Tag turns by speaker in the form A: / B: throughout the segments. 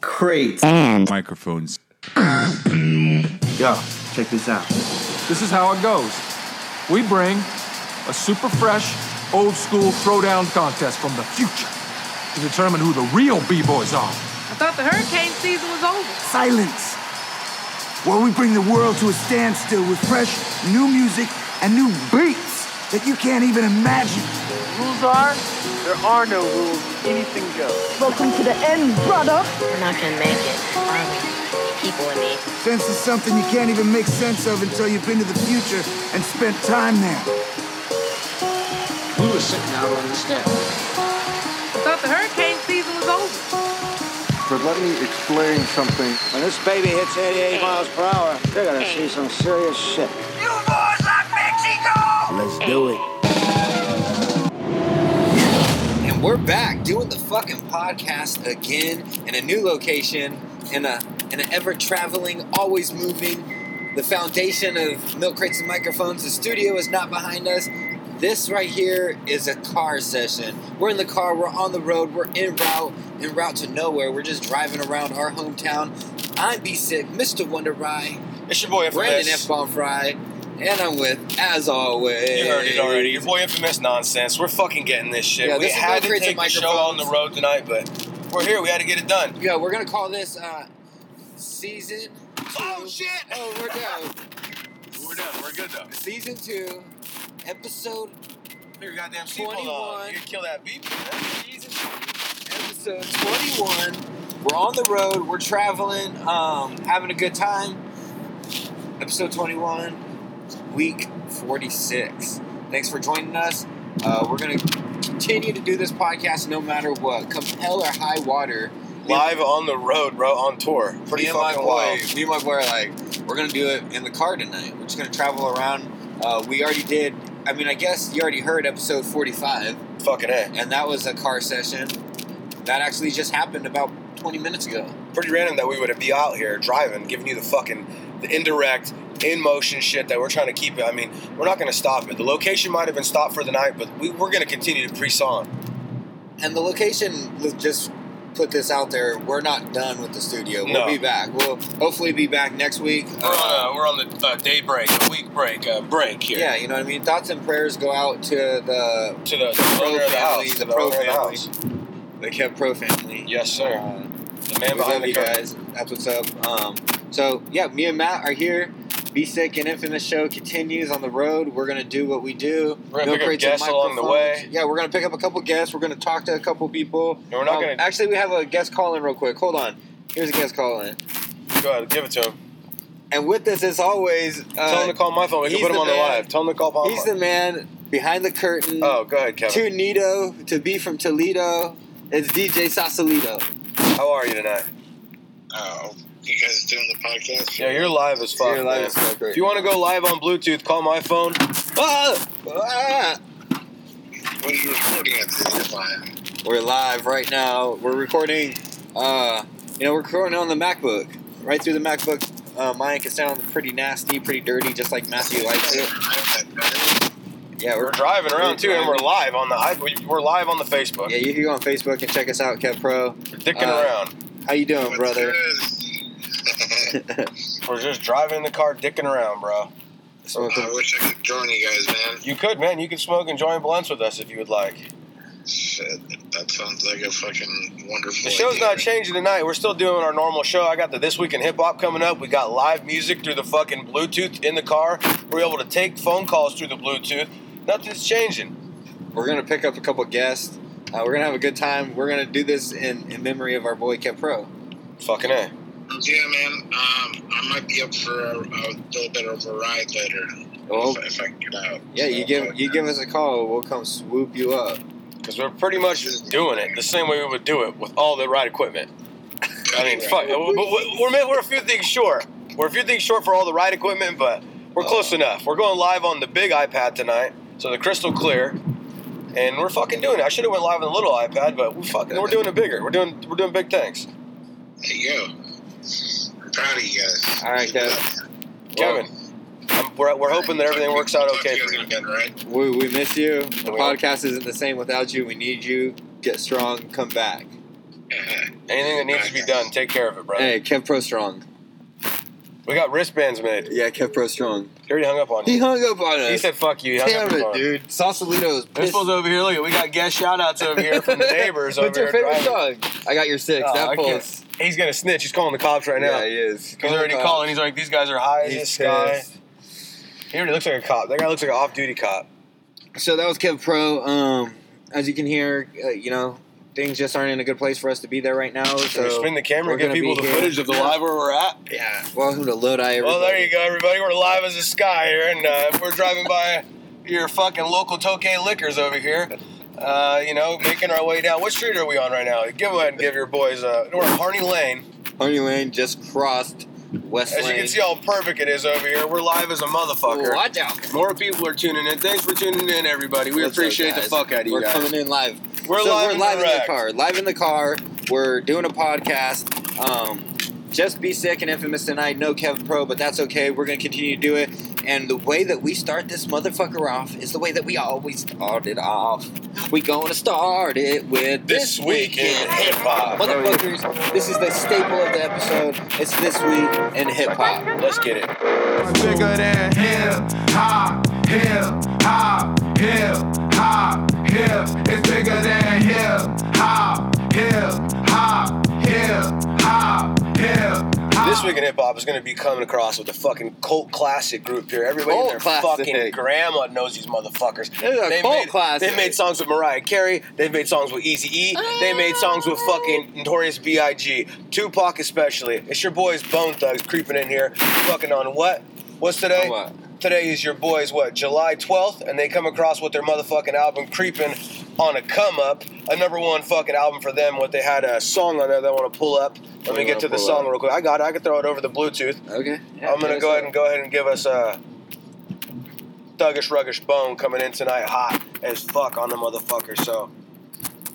A: crates.
B: and
C: Microphones.
A: Yo, check this out.
D: This is how it goes. We bring a super fresh, old school throwdown contest from the future to determine who the real B-boys are.
E: I thought the hurricane season was over.
F: Silence. Where we bring the world to a standstill with fresh, new music and new beats that you can't even imagine.
G: Rules are there are no rules. Anything goes.
H: Welcome to the end, brother.
I: We're not gonna make it, are we? People in need.
F: Sense is something you can't even make sense of until you've been to the future and spent time there.
J: We were sitting out on the steps.
E: I thought the hurricane season was over.
G: But let me explain something.
J: When this baby hits 88 miles per hour, they're gonna see some serious shit.
F: Let's do it.
K: And we're back doing the fucking podcast again in a new location, in a in an ever traveling, always moving. The foundation of milk crates and microphones. The studio is not behind us. This right here is a car session. We're in the car. We're on the road. We're in route, in route to nowhere. We're just driving around our hometown. I'm B Sick, Mr. Wonder Rye,
L: It's your boy
K: Brandon
L: Infamous.
K: F Bomb Fry, and I'm with, as always,
L: You heard it already. Your boy Infamous nonsense. We're fucking getting this shit.
K: Yeah,
L: we
K: this is
L: had
K: Bill
L: to
K: Crates
L: take
K: and
L: the show on the
K: Microphones.
L: road tonight, but we're here. We had to get it done.
K: Yeah, we're gonna call this uh, season.
L: Oh
K: two-
L: shit!
K: Oh, we're down.
L: We're done. We're good though.
K: Season two, episode
L: Put your goddamn seatbelt on.
K: 21.
L: You kill that beep.
K: season two, episode twenty-one. We're on the road. We're traveling. Um, having a good time. Episode twenty-one, week forty-six. Thanks for joining us. Uh, we're gonna continue to do this podcast no matter what, come hell or high water.
L: Live on the road, bro. On tour. Pretty
K: me and my
L: fucking
K: boy,
L: wild.
K: me and my boy are like, we're gonna do it in the car tonight. We're just gonna travel around. Uh, we already did. I mean, I guess you already heard episode forty-five,
L: Fucking a.
K: and that was a car session. That actually just happened about twenty minutes ago.
L: Pretty random that we would be out here driving, giving you the fucking the indirect in motion shit that we're trying to keep it. I mean, we're not gonna stop it. The location might have been stopped for the night, but we, we're gonna continue to pre on.
K: And the location, let's just put this out there. We're not done with the studio. We'll
L: No.
K: be back. We'll hopefully be back next week.
L: We're on, uh, we're on the uh, day break, week break, uh, break here.
K: yeah, you know what I mean. Thoughts and prayers go out to the
L: To the,
K: pro
L: owner of the
K: family,
L: house.
K: the pro
L: owner of the
K: family.
L: house.
K: the Kev Pro family.
L: Yes, sir.
K: Uh,
L: The man
K: We love
L: behind the
K: you
L: curtain.
K: guys. That's what's up. Um, so yeah, me and Matt are here. Be sick and infamous show continues on the road. We're gonna do what we do.
L: We're
K: No
L: gonna pick up
K: crates and
L: guests along the
K: microphones.
L: way.
K: Yeah, we're gonna pick up a couple guests. We're gonna talk to a couple people. Um,
L: No, we're not gonna-
K: Actually, we have a guest call in real quick. Hold on. Here's a guest call in.
L: Go ahead, give it to him.
K: And with us, as always,
L: tell
K: uh,
L: him to call my phone. We can
K: he's
L: put him
K: the
L: on the
K: man.
L: live. Tell him to call my
K: he's the
L: phone.
K: man behind the curtain.
L: Oh, go ahead, Kevin.
K: to Nito, to be from Toledo. It's DJ Sausalito.
L: How are you tonight?
J: Oh, you guys doing the podcast?
L: Yeah, you're live as fuck.
K: You're live
L: man.
K: as fuck, right.
L: If you want to go live on Bluetooth, call my phone.
K: Ah! Ah!
J: What are you recording at this time?
K: We're live right now. We're recording. Uh, you know, we're recording on the MacBook, right through the MacBook. Uh, mine can sound pretty nasty, pretty dirty, just like Matthew likes it. Yeah,
L: We're
K: we're
L: driving around too, and we're
K: driving.
L: live on the I- we- we're live on the Facebook.
K: Yeah, you can go on Facebook and check us out, Kev Pro.
L: We're dicking
K: Uh,
L: around.
K: How you doing, brother?
L: We're just driving in the car, dicking around, bro.
J: I wish I could join you guys, man.
L: You could, man. You could smoke and join blunts with us if you would like.
J: Shit, that sounds like a fucking wonderful.
L: The show's
J: idea.
L: not changing tonight. We're still doing our normal show. I got the This Week in Hip Hop coming up. We got live music through the fucking Bluetooth in the car. We're able to take phone calls through the Bluetooth. Nothing's changing.
K: We're gonna pick up a couple guests. Uh, we're gonna have a good time. We're gonna do this in, in memory of our boy Kev Pro.
L: Fucking A.
J: Yeah, man. Um, I might be up for a, a little bit of a ride later
K: Oh,
J: if, if I can get out.
K: yeah, you
J: So,
K: give you give us a call, we'll come swoop you up.
L: Because we're pretty much doing it the same way we would do it with all the right equipment. I mean, fuck. We're, we're, we're a few things short. We're a few things short for all the right equipment, but we're close
K: Uh.
L: enough. We're going live on the big iPad tonight, so the crystal clear. And we're fucking doing it. I should have went live on the little iPad, but we fucking we're doing it bigger. We're doing we're doing big things.
J: There you go. I'm proud of you guys.
K: All right, Kev.
L: Kevin, I'm, we're, we're hoping that everything works out
J: Talk to
L: okay
J: you
L: for
J: guys
L: you.
J: in a bit, all right?
K: We, we miss you. The
L: We will.
K: podcast isn't the same without you. We need you. Get strong. Come back.
J: Yeah,
L: Anything that needs to be done, take care of it, brother.
K: Hey, Kev Pro Strong.
L: We got wristbands made.
K: Yeah, Kev Pro Strong.
L: He already hung up on
K: He
L: you.
K: hung up on us.
L: He said, fuck you. He hung up
K: Damn
L: his
K: it,
L: phone.
K: dude. Sausalito is
L: This
K: pissed.
L: fool's over here. Look, at- we got guest shout outs over here from the neighbors over
K: What's your
L: here
K: favorite
L: driving.
K: song? I got your six.
L: Oh, I
K: that
L: can't-
K: pulls.
L: He's gonna snitch. He's calling the cops right now.
K: Yeah, he is.
L: He's already calling. He's like, these guys are high as the sky.
K: pissed.
L: He already looks like a cop. That guy looks like an off-duty cop.
K: So that was Kev Pro. Um, as you can hear, uh, you know, things just aren't in a good place for us to be there right now. So
L: So spin the camera
K: we're
L: and give
K: gonna
L: people
K: be
L: the
K: here.
L: footage of the live where we're at.
K: Yeah. Welcome to Lodi. Everybody.
L: Well, there you go, everybody. We're live as a sky here, and uh, we're driving by your fucking local Tokay Liquors over here. Uh, you know, making our way down. What street are we on right now? Give ahead and give your boys. Uh, we're on Harney Lane.
K: Honey Lane just crossed West
L: As you
K: Lane.
L: can see, how perfect it is over here. We're live as a motherfucker.
K: Watch out.
L: More people are tuning in. Thanks for tuning in, everybody. We
K: What's up,
L: appreciate the
K: guys?
L: fuck out of you
K: We're
L: guys.
K: coming in live.
L: We're
K: so
L: live
K: We're
L: and
K: live in the
L: direct.
K: car. Live in the car. We're doing a podcast. Um, just be sick and infamous tonight. No Kev Pro, but that's okay. We're gonna continue to do it. And the way that we start this motherfucker off is the way that we always start it off. We gonna start it with
L: This Week in Hip Hop.
K: Motherfuckers, this is the staple of the episode. It's this week in hip hop.
L: Let's get it.
A: Bigger than hip hop, hip hop, hip hop, hip. It's bigger than hip hop, hip hop, hip hop, hip hop.
L: This week in hip hop is going to be coming across with a fucking cult classic group here. Everybody
K: Cult
L: and their
K: classic.
L: fucking grandma knows these motherfuckers.
K: This is a cult
L: made,
K: classic.
L: They made songs with Mariah Carey. They've made songs with Easy E. They made songs with fucking Notorious B.I.G. Tupac especially. It's your boys Bone Thugs creeping in here, fucking on what? What's today?
K: On what?
L: Today is your boys what? July 12th, and they come across with their motherfucking album Creeping on a Come Up, a number one fucking album for them. What they had a song on there that I want to pull up. Let me
K: You
L: get
K: wanna
L: to the
K: pull
L: song
K: up?
L: real quick. I got it. I can throw it over the Bluetooth.
K: Okay.
L: I'm gonna go ahead and go ahead and give us a thuggish ruggish bone coming in tonight, hot as fuck on the motherfucker. So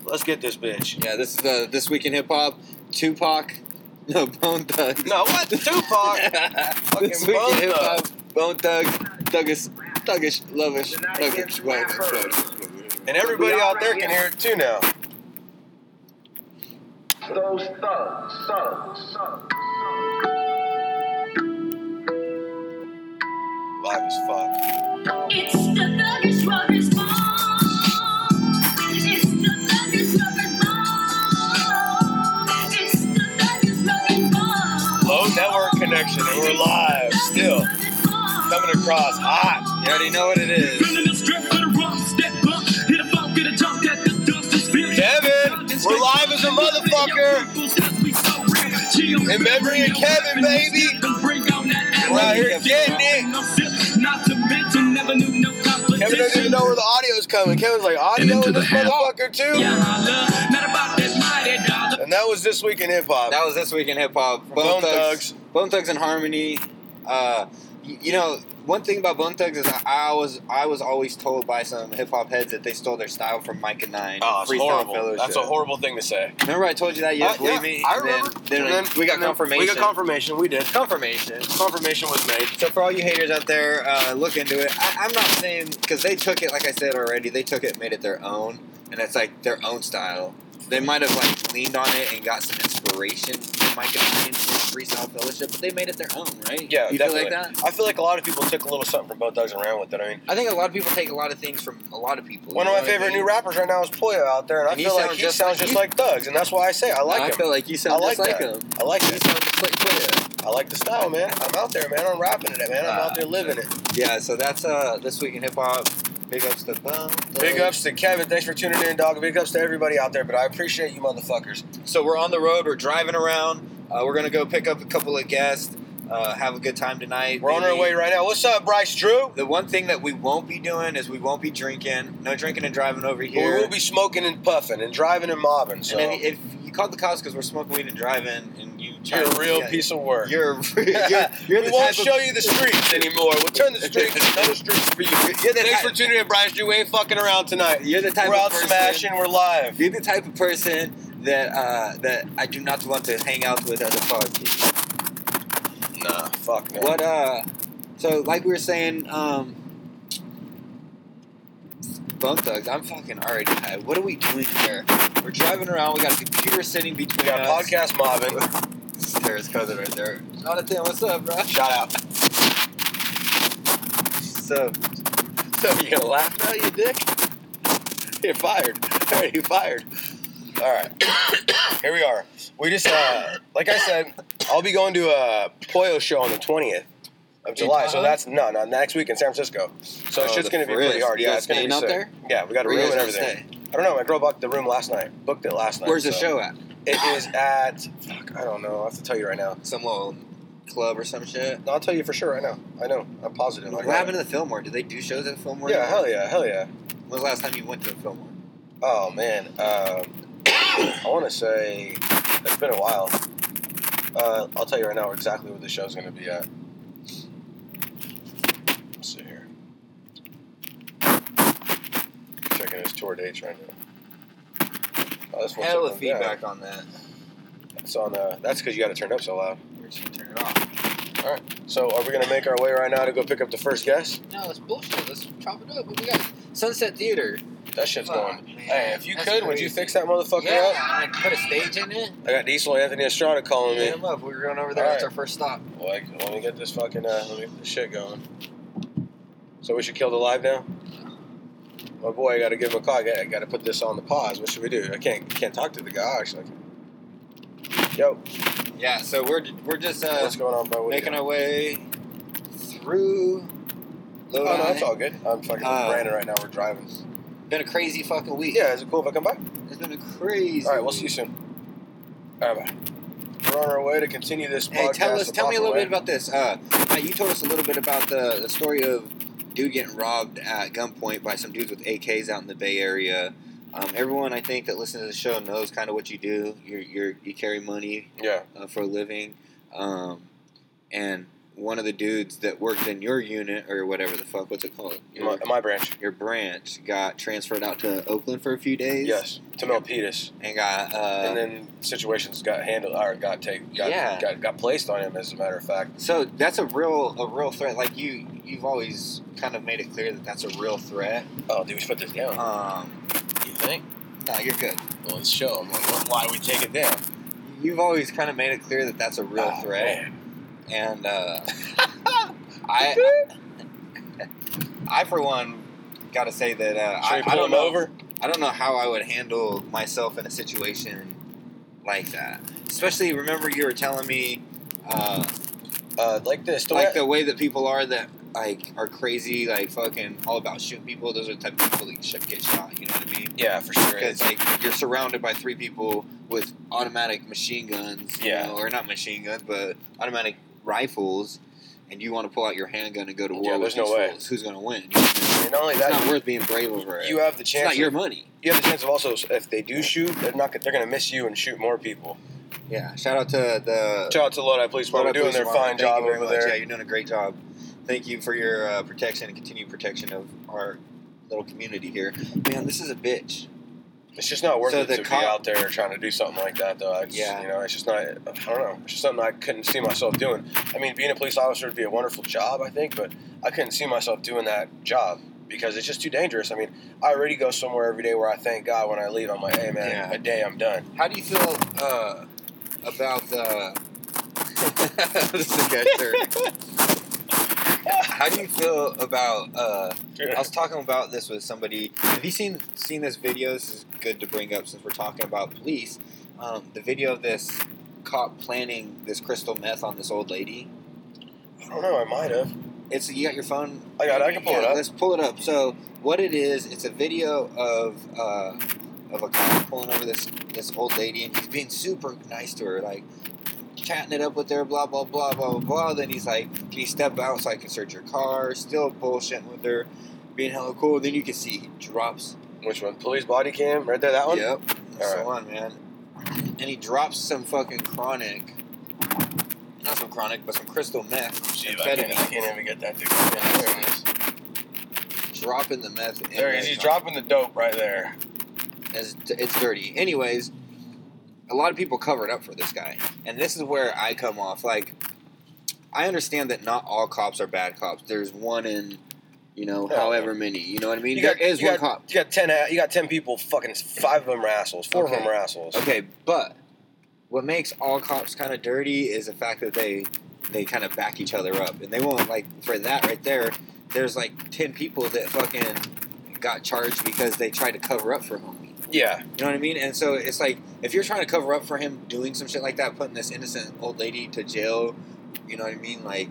L: let's get this bitch.
K: Yeah, this is the this week in hip hop. Tupac, no Bone Thugs.
L: No, what Tupac?
K: this week in hip hop, Bone Thugs, Thuggish, Thuggish, Lovish, Thuggish, Lovish.
L: and everybody out there can hear it too now.
J: Those thugs, thugs, thugs.
L: Live as fuck.
B: It's the thuggish rubbish bomb. It's the thuggish rubbish bomb. It's the thuggish rubbish bomb.
L: Low network connection, and we're live still coming across hot.
K: You already know what it is.
L: Devin, we're live as a motherfucker. In memory of Kevin, baby. We're out here getting it. Kevin doesn't even know where the audio's coming. Kevin's like, audio in this motherfucker too. And that was this week in hip hop.
K: That was this week in hip hop. Bone,
L: Bone
K: Thugs,
L: Thugs.
K: Bone Thugs and Harmony. Uh, y- you know, one thing about Bone Thugs is I, I was I was always told by some hip hop heads that they stole their style from Mike and Nine.
L: Oh, it's
K: Freestyle
L: horrible. That's
K: Fellowship.
L: a horrible thing to say.
K: Remember I told you that? You didn't believe me.
L: I
K: And then-
L: remember.
K: Then,
L: And
K: we got
L: and then
K: confirmation.
L: We got confirmation. We did.
K: confirmation.
L: Confirmation was made.
K: So for all you haters out there, uh, look into it. I, I'm not saying because they took it, like I said already, they took it, and made it their own, and it's like their own style. They might have like leaned on it and got some inspiration from Mike and Ryan from Freestyle Fellowship, but they made it their own, right?
L: Yeah,
K: you
L: definitely.
K: feel like that?
L: I feel like a lot of people took a little something from Bone Thugs and ran with it. I mean,
K: I think a lot of people take a lot of things from a lot of people.
L: one
K: you know
L: of my
K: what I
L: favorite
K: mean?
L: new rappers right now is Poyo out there, and,
K: And
L: I
K: he
L: feel like
K: sounds
L: he
K: just
L: sounds
K: like
L: just
K: you.
L: like Thugs, and that's why I say I like
K: I
L: him.
K: feel like you
L: I
K: sound
L: like
K: just like
L: that.
K: him.
L: I like
K: You
L: it.
K: sound just like Twitter.
L: I like the style, man. I'm out there, man. I'm rapping it, man. I'm
K: Ah.
L: out there living it.
K: Yeah, so that's uh this week in hip hop. Big ups to Bone.
L: Big ups to Kevin. Thanks for tuning in, dog. Big ups to everybody out there. But I appreciate you, motherfuckers.
K: So we're on the road. We're driving around. Uh, we're gonna go pick up a couple of guests. Uh, have a good time tonight.
L: We're on our
K: Maybe-
L: way right now. What's up, Bryce Drew?
K: The one thing that we won't be doing is we won't be drinking. No drinking and driving over
L: But we
K: here.
L: will be smoking and puffing and driving and mobbing. So
K: And then if you call the cops because we're smoking weed and driving, and you try
L: you're a
K: to-
L: real
K: yeah,
L: piece of work.
K: You're you're, you're
L: we
K: the
L: won't
K: type of-
L: show you the streets anymore. We'll turn the streets into no streets for you.
K: You're the
L: Thanks
K: type-
L: for tuning in, Bryce Drew. We ain't fucking around tonight.
K: You're the type
L: We're
K: of
L: out
K: person-
L: smashing. We're live.
K: You're the type of person that uh, that I do not want to hang out with at a party.
L: Nah, fuck no.
K: What uh so like we were saying, um Bone Thugs, I'm fucking already high. What are we doing here? We're driving around. We got a computer sitting between
L: We got
K: us.
L: podcast mobbing.
K: There's COVID right there. Jonathan, what's up, bro?
L: Shout out.
K: So,
L: So you gonna laugh now, you dick? You're fired. Already fired. All right. Here we are. We just, uh, like I said, I'll be going to a Pollo show on the 20th of July. So
K: Tahoe?
L: that's no, no, next week in San Francisco. So
K: Oh,
L: it's just
K: the
L: gonna be pretty
K: frizz.
L: hard.
K: You
L: Yeah,
K: guys
L: it's gonna
K: staying
L: be
K: up
L: sick.
K: there?
L: Yeah, we got a
K: Where you
L: room
K: guys
L: and
K: gonna
L: everything. I don't know. My girl booked the room last night. Booked it last night.
K: where's the
L: so-
K: show at?
L: It is at. Fuck, I don't know. I have to tell you right now.
K: Some little club or some shit. uh,
L: No, I'll tell you for sure right now. I know. I'm positive. I
K: What
L: got
K: happened
L: it.
K: to the Fillmore? Did they do shows at the Fillmore?
L: Yeah, hell yeah, hell yeah.
K: When was the last time you went to a Fillmore?
L: Oh man, um, I want to say it's been a while. Uh, I'll tell you right now exactly what the show's going to be at. Let's see here. Checking his tour dates right now. Oh, this one's
K: Hella
L: up on- yeah,
K: feedback on that.
L: It's on. Uh, that's because you got to turn it up so loud.
K: We're just gonna turn it off.
L: So, are we going to make our way right now to go pick up the first guest?
K: No, that's bullshit. Let's chop it up. What we got? Sunset Theater.
L: That shit's
K: Fuck,
L: going.
K: man.
L: Hey, if you
K: That's
L: could, would you
K: crazy.
L: fix that motherfucker
K: Yeah,
L: up?
K: and I put a stage in it.
L: I got Diesel Anthony Estrada calling me.
K: Hit him up. We were going over there.
L: All
K: That's
L: right.
K: our first stop.
L: Like, let me get this fucking uh, let me get this shit going. So we should kill the live now. My boy, I gotta give him a call. I gotta, I gotta put this on the pause. What should we do? I can't can't talk to the guy. Actually, yo,
K: Yeah, so we're we're just uh,
L: what's going on, bro? What
K: making
L: you
K: our way through.
L: doing?
K: Lodi.
L: Oh no, that's all good. I'm fucking
K: Uh,
L: with Brandon right now. We're driving.
K: Been a crazy fucking week.
L: Yeah, is it cool if I come by?
K: It's been a crazy.
L: All right, we'll
K: week.
L: see you soon. All right, bye. We're on our way to continue this
K: Hey,
L: podcast.
K: tell us,
L: the
K: tell me a
L: proper
K: little
L: way.
K: bit about this. Uh, Matt, you told us a little bit about the, the story of dude getting robbed at gunpoint by some dudes with AKs out in the Bay Area. Um, everyone, I think, that listens to the show knows kind of what you do. You're, you're, you carry money
L: Yeah,
K: uh, for a living, um, and one of the dudes that worked in your unit or whatever the fuck, what's it called?
L: my,
K: Your,
L: my branch.
K: your branch got transferred out to Oakland for a few days.
L: Yes, to Milpitas.
K: and got uh,
L: and then situations got handled or got take got,
K: Yeah.
L: got got placed on him as a matter of fact.
K: So that's a real a real threat. Like you you've always kind of made it clear that that's a real threat.
L: Oh, dude, we should put this down.
K: Um,
L: you think?
K: no, you're good.
L: Well, let's show him why we take it down.
K: You've always kind of made it clear that that's a real
L: Oh,
K: threat.
L: man.
K: And uh, I I for one got to say that uh,
L: Should
K: I,
L: we
K: I
L: pull
K: don't
L: him
K: know
L: over?
K: I don't know how I would handle myself in a situation like that. Especially remember you were telling me. Uh,
L: Uh, like this. The
K: like
L: way-
K: the way that people are that like are crazy, like fucking all about shooting people. Those are the type of people that should get shot. You know what I mean?
L: yeah, for sure.
K: Because like you're surrounded by three people with automatic machine guns, you
L: Yeah.
K: know, or not machine guns, but automatic rifles, and you want to pull out your handgun and go to
L: Yeah,
K: war. with
L: there's no
K: these
L: way.
K: fools. Who's gonna win? You know what I mean?
L: And not only
K: It's
L: that,
K: not worth being brave over it.
L: you have the
K: it's
L: chance.
K: not your money.
L: you have the chance of also if they do shoot, they're not they're gonna miss you and shoot more people.
K: Yeah. Shout out to the
L: Shout out to Uh, Lodi Police Department doing their fine
K: Thank you
L: job
K: very
L: over
K: much. Yeah,
L: there.
K: you're doing a great job. Thank you for your uh, protection and continued protection of our little community here. Man, this is a bitch.
L: It's just not worth
K: So
L: it
K: the
L: to
K: cop-
L: be out there trying to do something like that, though. I just,
K: Yeah.
L: You know, it's just not. I don't know. It's just something I couldn't see myself doing. I mean, being a police officer would be a wonderful job, I think, but I couldn't see myself doing that job because it's just too dangerous. I mean, I already go somewhere every day where I thank God when I leave. I'm like, hey man,
K: Yeah.
L: a day I'm done.
K: How do you feel uh, about the? this is a good turn. How do you feel about? Uh, I was talking about this with somebody. Have you seen seen this video? This is good to bring up since we're talking about police. Um, the video of this cop planning this crystal meth on this old lady.
L: I don't know. I might have.
K: It's you got your phone.
L: I got it. I can pull it
K: Yeah,
L: up.
K: Let's pull it up. So what it is, it's a video of uh, of a cop pulling over this this old lady, and he's being super nice to her, like chatting it up with her, blah blah blah blah blah. blah. Then he's like, "Can you step out so I can search your car?" Still bullshitting with her, being hella cool. Then you can see he drops.
L: Which one? Police body cam, right there. That one.
K: Yep, that's the
L: Alright.
K: one, man. And he drops some fucking chronic, not some chronic, but some crystal meth,
L: Gee, I, can't, I
K: amphetamine,
L: can't even get that thing. Yeah, there it is.
K: dropping the meth. in
L: There he
K: the
L: is. He's
K: car.
L: dropping the dope right there.
K: as it's dirty. Anyways, a lot of people covered up for this guy, and this is where I come off. Like, I understand that not all cops are bad cops. There's one in You know,
L: Yeah.
K: however many. You know what I mean?
L: You
K: There
L: got,
K: is
L: you
K: one
L: got,
K: cop.
L: You got ten. a- You got ten people. Fucking five of them are assholes. Four of
K: Okay.
L: them are assholes.
K: Okay, but what makes all cops kind of dirty is the fact that they they kind of back each other up, and they won't like for that right there. There's like ten people that fucking got charged because they tried to cover up for homie.
L: Yeah.
K: You know what I mean? And so it's like if you're trying to cover up for him doing some shit like that, putting this innocent old lady to jail. You know what I mean? Like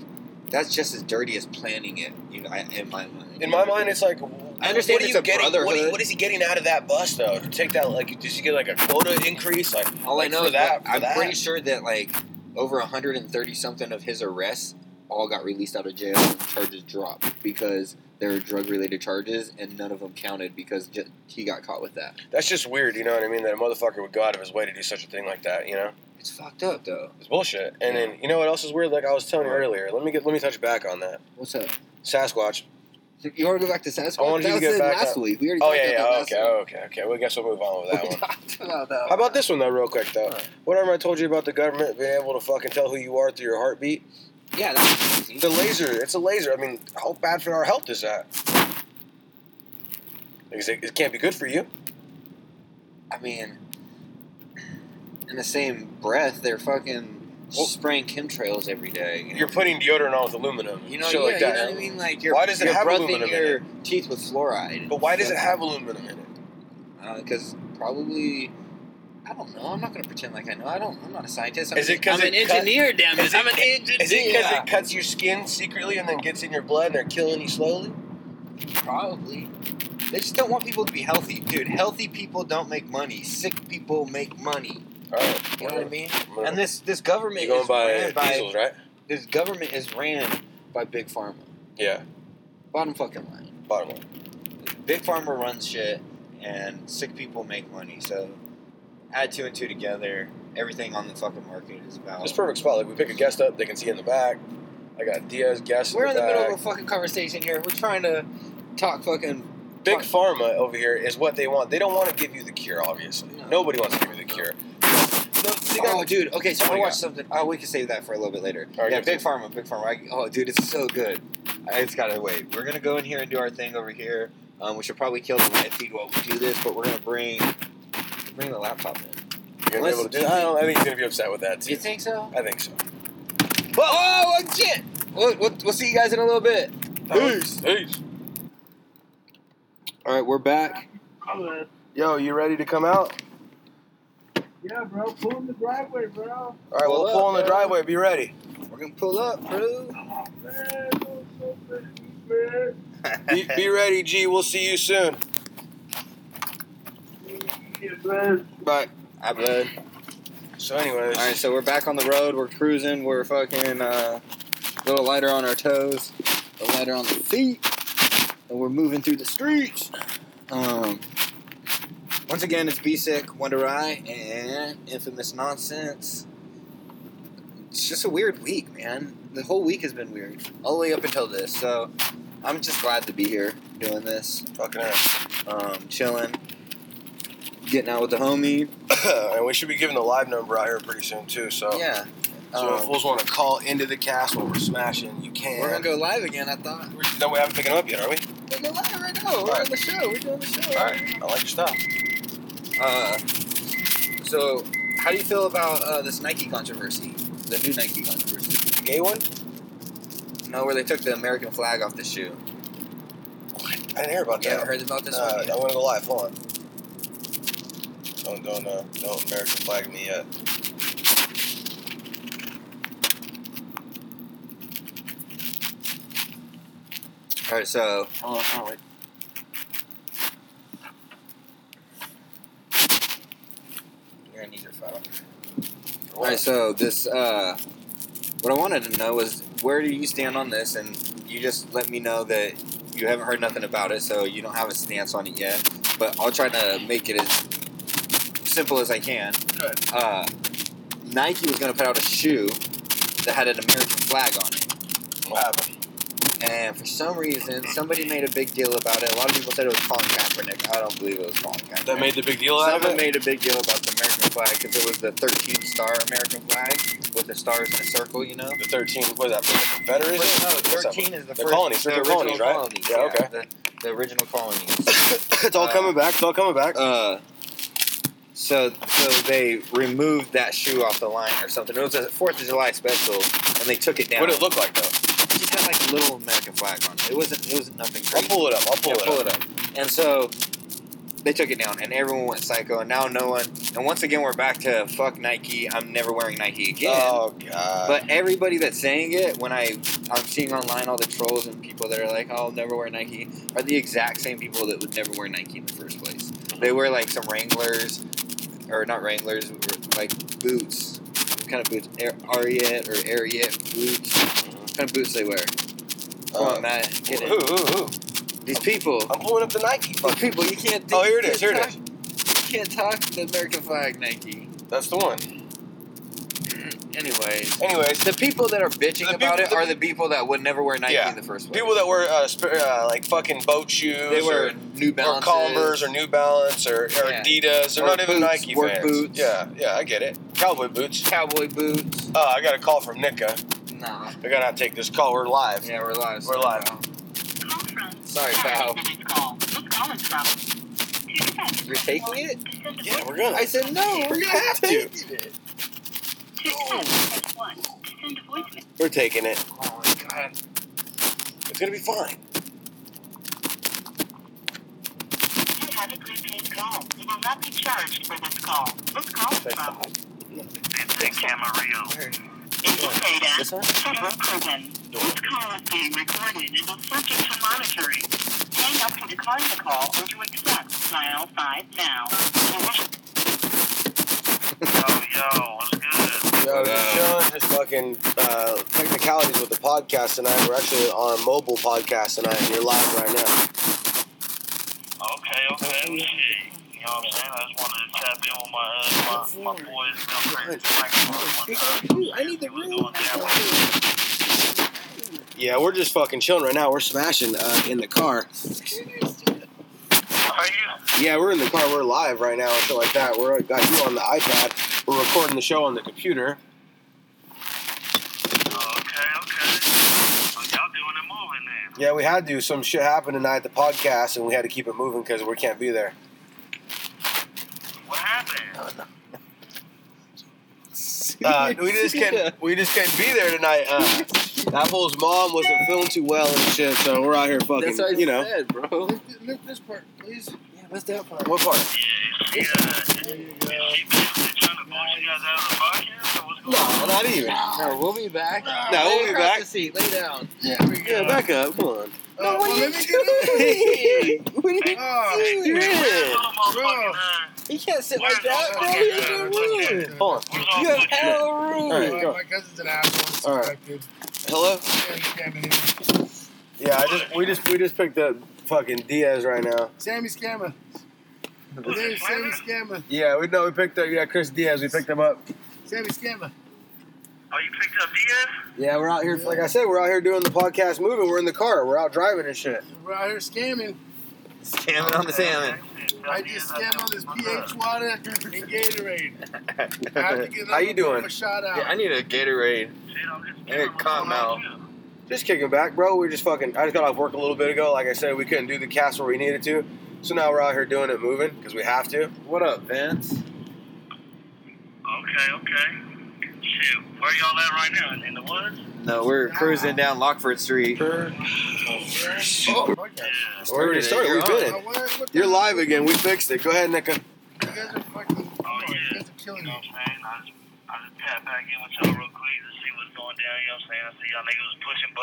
K: that's just as dirty as planning it. You know, I- in my mind.
L: In my mind, it's like.
K: I understand
L: what are
K: it's
L: you
K: a
L: getting? What, are you-
K: brotherhood.
L: what is he getting out of that bus though? To take that, like, does he get like a quota increase? Like,
K: All
L: like,
K: I know
L: for
K: is that
L: that. for
K: I'm
L: that?
K: pretty sure that like over 130 something of his arrests all got released out of jail and charges dropped because there were drug related charges and none of them counted because ju- he got caught with that.
L: That's just weird. You know what I mean? That a motherfucker would go out of his way to do such a thing like that. You know.
K: It's fucked up though.
L: It's bullshit. And then you know what else is weird? Like I was telling you earlier. Let me get let me touch back on that.
K: What's up?
L: Sasquatch.
K: You want to go back to Sasquatch?
L: I wanted
K: that
L: you to
K: was
L: get
K: in
L: back
K: last
L: up.
K: week. We already
L: Oh
K: talked
L: yeah, yeah.
K: about
L: Okay,
K: that
L: okay, okay. Well, I guess we'll move on with
K: last week.
L: that one.
K: We talked about that.
L: How about this one though, real quick though? What Remember I told you about the government being able to fucking tell who you are through your heartbeat?
K: Yeah, that's crazy.
L: The laser. It's a laser. I mean, how bad for our health is that? Because it, it can't be good for you.
K: I mean, in the same breath, they're fucking
L: Well-
K: spraying chemtrails every day. you know?
L: You're putting deodorant on with aluminum.
K: You know,
L: shit
K: yeah,
L: like that.
K: you know what I mean? Like you're,
L: Why does it
K: you're
L: have
K: brushing
L: aluminum in
K: your teeth with fluoride.
L: But why does it have aluminum in it?
K: Because probably, I don't know. I'm not going to pretend like I know. I don't. I'm not a scientist. I'm
L: Is
K: an-
L: it 'cause
K: I'm an
L: it cut-
K: engineer? damn it! I'm an engineer.
L: Is it because it cuts your skin secretly and then gets in your blood and they're killing you slowly?
K: probably? They just don't want people to be healthy, dude. Healthy people don't make money. Sick people make money.
L: All right.
K: You know what I mean? And this this
L: you
K: government
L: going
K: is
L: by
K: ran by
L: diesels, right?
K: this government is ran by big pharma.
L: Yeah.
K: Bottom fucking line.
L: Bottom line.
K: Big Farmer runs shit, and sick people make money. So add two and two together. Everything on the fucking market is about.
L: It's perfect spot. Like we pick a guest up, they can see in the back. I got Diaz guest.
K: We're in the middle
L: back.
K: of a fucking conversation here. We're trying to talk fucking.
L: Big pharma over here is what they want. They don't want to give you the cure, obviously.
K: No.
L: Nobody wants to give you the cure. No, they got-
K: Oh, dude. Okay, so
L: What
K: I
L: do you
K: watched something. Oh, we can save that for a little bit later.
L: All right,
K: yeah,
L: give
K: Big
L: it
K: Pharma, Big Pharma. I, oh, dude, it's so good. I, it's gotta wait. We're gonna go in here and do our thing over here. Um, we should probably kill the live feed while we do this, but we're gonna bring bring the laptop in.
L: You're gonna be able to do that. I don't. I think he's gonna be upset with that
K: Do you
L: too.
K: think so?
L: I think so.
K: Whoa, whoa, whoa, shit! We'll, we'll, we'll see you guys in a little bit. Peace.
L: Peace.
K: All right, we're back.
L: Yo, you ready to come out?
G: Yeah, bro. Pull in the driveway, bro.
L: All right,
K: Pull
L: we'll
K: up,
L: pull in the
K: bro.
L: driveway. Be ready.
K: We're gonna pull up, bro.
G: Man, I'm so busy, man.
L: Be, be ready, G. We'll see you soon.
G: Yeah, man.
K: Bye. I blood.
L: So, anyways,
K: All right, so we're back on the road. We're cruising. We're fucking uh, a little lighter on our toes, a little lighter on the feet, and we're moving through the streets. Um, once again, it's B Sick, Wonder Eye, and Infamous Nonsense. It's just a weird week, man. The whole week has been weird, all the way up until this. So I'm just glad to be here doing this,
L: fucking ass.
K: um, chilling, getting out with the homie.
L: Uh, and we should be giving the live number out here pretty soon too. So,
K: Yeah.
L: so if
K: Um,
L: fools want to call into the cast while we're smashing, you can.
K: we're gonna go live again. I thought.
L: No, we haven't picked it up yet, are we?
K: We're going live right now. We're on the show. We're doing the show.
L: All right. I like your stuff.
K: Uh, so, how do you feel about uh, this Nike controversy? The new Nike controversy?
L: The gay one?
K: No, where they took the American flag off the shoe.
L: I didn't hear about
K: You
L: that.
K: haven't heard about this
L: Nah,
K: one?
L: I want to go live. Hold on. Don't don't uh, don't American flag me yet.
K: All right, so
L: Oh, oh wait.
K: you're gonna need your phone. All right, so this, uh, what I wanted to know was where do you stand on this? And you just let me know that you haven't heard nothing about it, so you don't have a stance on it yet. But I'll try to make it as simple as I can.
L: Good.
K: Uh, Nike was going to put out a shoe that had an American flag on it.
L: What happened?
K: And for some reason, somebody made a big deal about it. A lot of people said it was Colin Kaepernick. I don't believe it was Colin Kaepernick.
L: That made the big deal out of
K: Someone
L: it.
K: made a big deal about the American flag because it was the 13 star American flag with the stars in a circle, you know?
L: The 13, what is that, the Confederates?
K: No,
L: What's that?
K: 13 is the
L: The
K: first.
L: colonies,
K: the
L: they're
K: original
L: colonies, right?
K: colonies,
L: Yeah, okay.
K: The, the original colonies.
L: it's all
K: uh,
L: coming back. It's all coming back.
K: Uh, so, so they removed that shoe off the line or something. It was a Fourth of July special, and they took it down.
L: what did it look like, though?
K: It just had like a little American flag on it. It wasn't. It was nothing
L: I'll
K: crazy.
L: pull it up. I'll pull
K: Yeah,
L: it
K: pull
L: up.
K: it up. And so they took it down, and everyone went psycho. And now no one. And once again, we're back to fuck Nike. I'm never wearing Nike again.
L: Oh, God.
K: But everybody that's saying it, when I I'm seeing online all the trolls and people that are like, "I'll never wear Nike," are the exact same people that would never wear Nike in the first place. They wear like some Wranglers, or not Wranglers, like boots, What kind of boots, Air, Ariat or Ariat boots. What kind of boots they wear? Come
L: Uh,
K: on, Matt, get
L: Ooh,
K: it.
L: ooh, ooh.
K: These people,
L: I'm pulling up the Nike.
K: these people, you can't.
L: Oh, here it
K: you
L: is,
K: can't
L: here it
K: talk- You can't talk the American flag, Nike.
L: That's the one.
K: Anyways.
L: Anyways,
K: The people that are bitching
L: The
K: about
L: people-
K: it are the people that would never wear Nike
L: Yeah.
K: in the first place.
L: people that wear uh, sp- uh, like fucking boat shoes,
K: they wear New
L: or, or
K: Balance,
L: Converse or New Balance or, or
K: Yeah.
L: Adidas, they're
K: Work
L: not even
K: boots,
L: Nike
K: work
L: fans.
K: boots.
L: Yeah, yeah, I get it. Cowboy boots.
K: cowboy boots.
L: Uh, I got a call from Nika.
K: Nah,
L: I gotta take this call. We're live.
K: yeah, we're live.
L: We're live.
B: Call from.
K: Sorry, pal.
B: Call. Who's calling from? To defend.
K: You're taking it?
L: Yeah, we're gonna.
K: I said no. We're gonna have
B: To
K: to.
B: defend. Press one. To send a voicemail.
L: We're taking it.
K: Oh my god.
L: It's gonna be fine.
B: You have a prepaid call. You will not be charged for this call. Who's calling from? This is Camarillo.
K: This one?
B: Indicator. Federal prison. This call is being recorded and is subject to monitoring. Hang up to decline the call or to accept. Dial five now. You wish
L: Yo,
K: Yeah.
L: Uh, Sean just fucking uh, technicalities with the podcast tonight. We're actually on mobile podcast tonight, and you're live right now.
A: Okay, okay, well, shit. You know what I'm saying? I just wanted to tap in with my, uh, my, my boys, real quick. I need the room.
L: Yeah, we're just fucking chilling right now. We're smashing uh, in the car.
A: Are you?
L: Yeah, we're in the car. We're live right now and shit like that. We're got you on the iPad. We're recording the show on the computer.
A: Oh, okay, okay. So y'all doing it moving then.
L: Yeah, we had to. Some shit happened tonight at the podcast, and we had to keep it moving because we can't be there.
A: What happened?
L: Uh, we just can't. We just can't be there tonight. Uh, Apple's mom wasn't feeling too well and shit, so we're out here fucking.
K: That's what I
L: you know
K: said, bro.
L: what part?
A: Yeah, yeah. She basically trying to bust you guys out of the podcast, or what's going on?
L: No, not even.
K: No, we'll be back.
L: No, we'll be back.
K: The seat. Lay down.
L: Yeah, back up. Come on.
G: No, what are you
K: Hey,
G: doing?
A: Where's all the motherfucking, uh,
K: you can't sit
A: where's
K: like that,
A: all
K: bro.
A: the fucking, uh,
K: You're being
A: what's
K: rude.
A: that?
L: Hold
A: Where's all the fucking-
K: You have hell rude.
L: on. All right, go.
G: My cousin's an asshole.
L: All right. Hello. Yeah, I just we just we just picked up fucking Diaz right now.
G: Sammy Scammer.
A: Who's this,
G: Sammy
A: Flamer?
G: Scammer.
L: Yeah, we know we picked up yeah Chris Diaz. We picked him up.
G: Sammy Scammer.
A: Oh, you picked up Diaz?
L: Yeah, we're out here. Like I said, we're out here doing the podcast, moving. We're in the car. We're out driving and shit.
G: We're out here scamming.
K: Scamming on the salmon.
G: I just scammed on this pH water and Gatorade. I have to get
K: How you
G: another
K: doing?
G: A shot out.
K: Yeah, I need a Gatorade. Hey, calm out.
L: Just kicking back, bro. We just fucking. I just got off work a little bit ago. Like I said, we couldn't do the cast where we needed to, so now we're out here doing it, moving because we have to.
K: What up, Vince?
A: Okay, okay. Shit, where y'all at right now? In- In the woods?
K: No, we're cruising down Lockford Street.
G: Oh, my God.
A: Yeah.
L: We
K: Started
L: already
K: it.
L: started. We
K: You're
L: did
G: Now,
L: it.
G: what- what the-
L: You're live again. We fixed it. Go ahead, Nick.
G: You guys are fucking.
A: Oh,
G: You
A: yeah.
G: guys are killing
A: You know
G: me.
A: what I'm saying? I just, I just tap back in with y'all real quick to see what's going down. You know what I'm saying? I see y'all niggas was pushing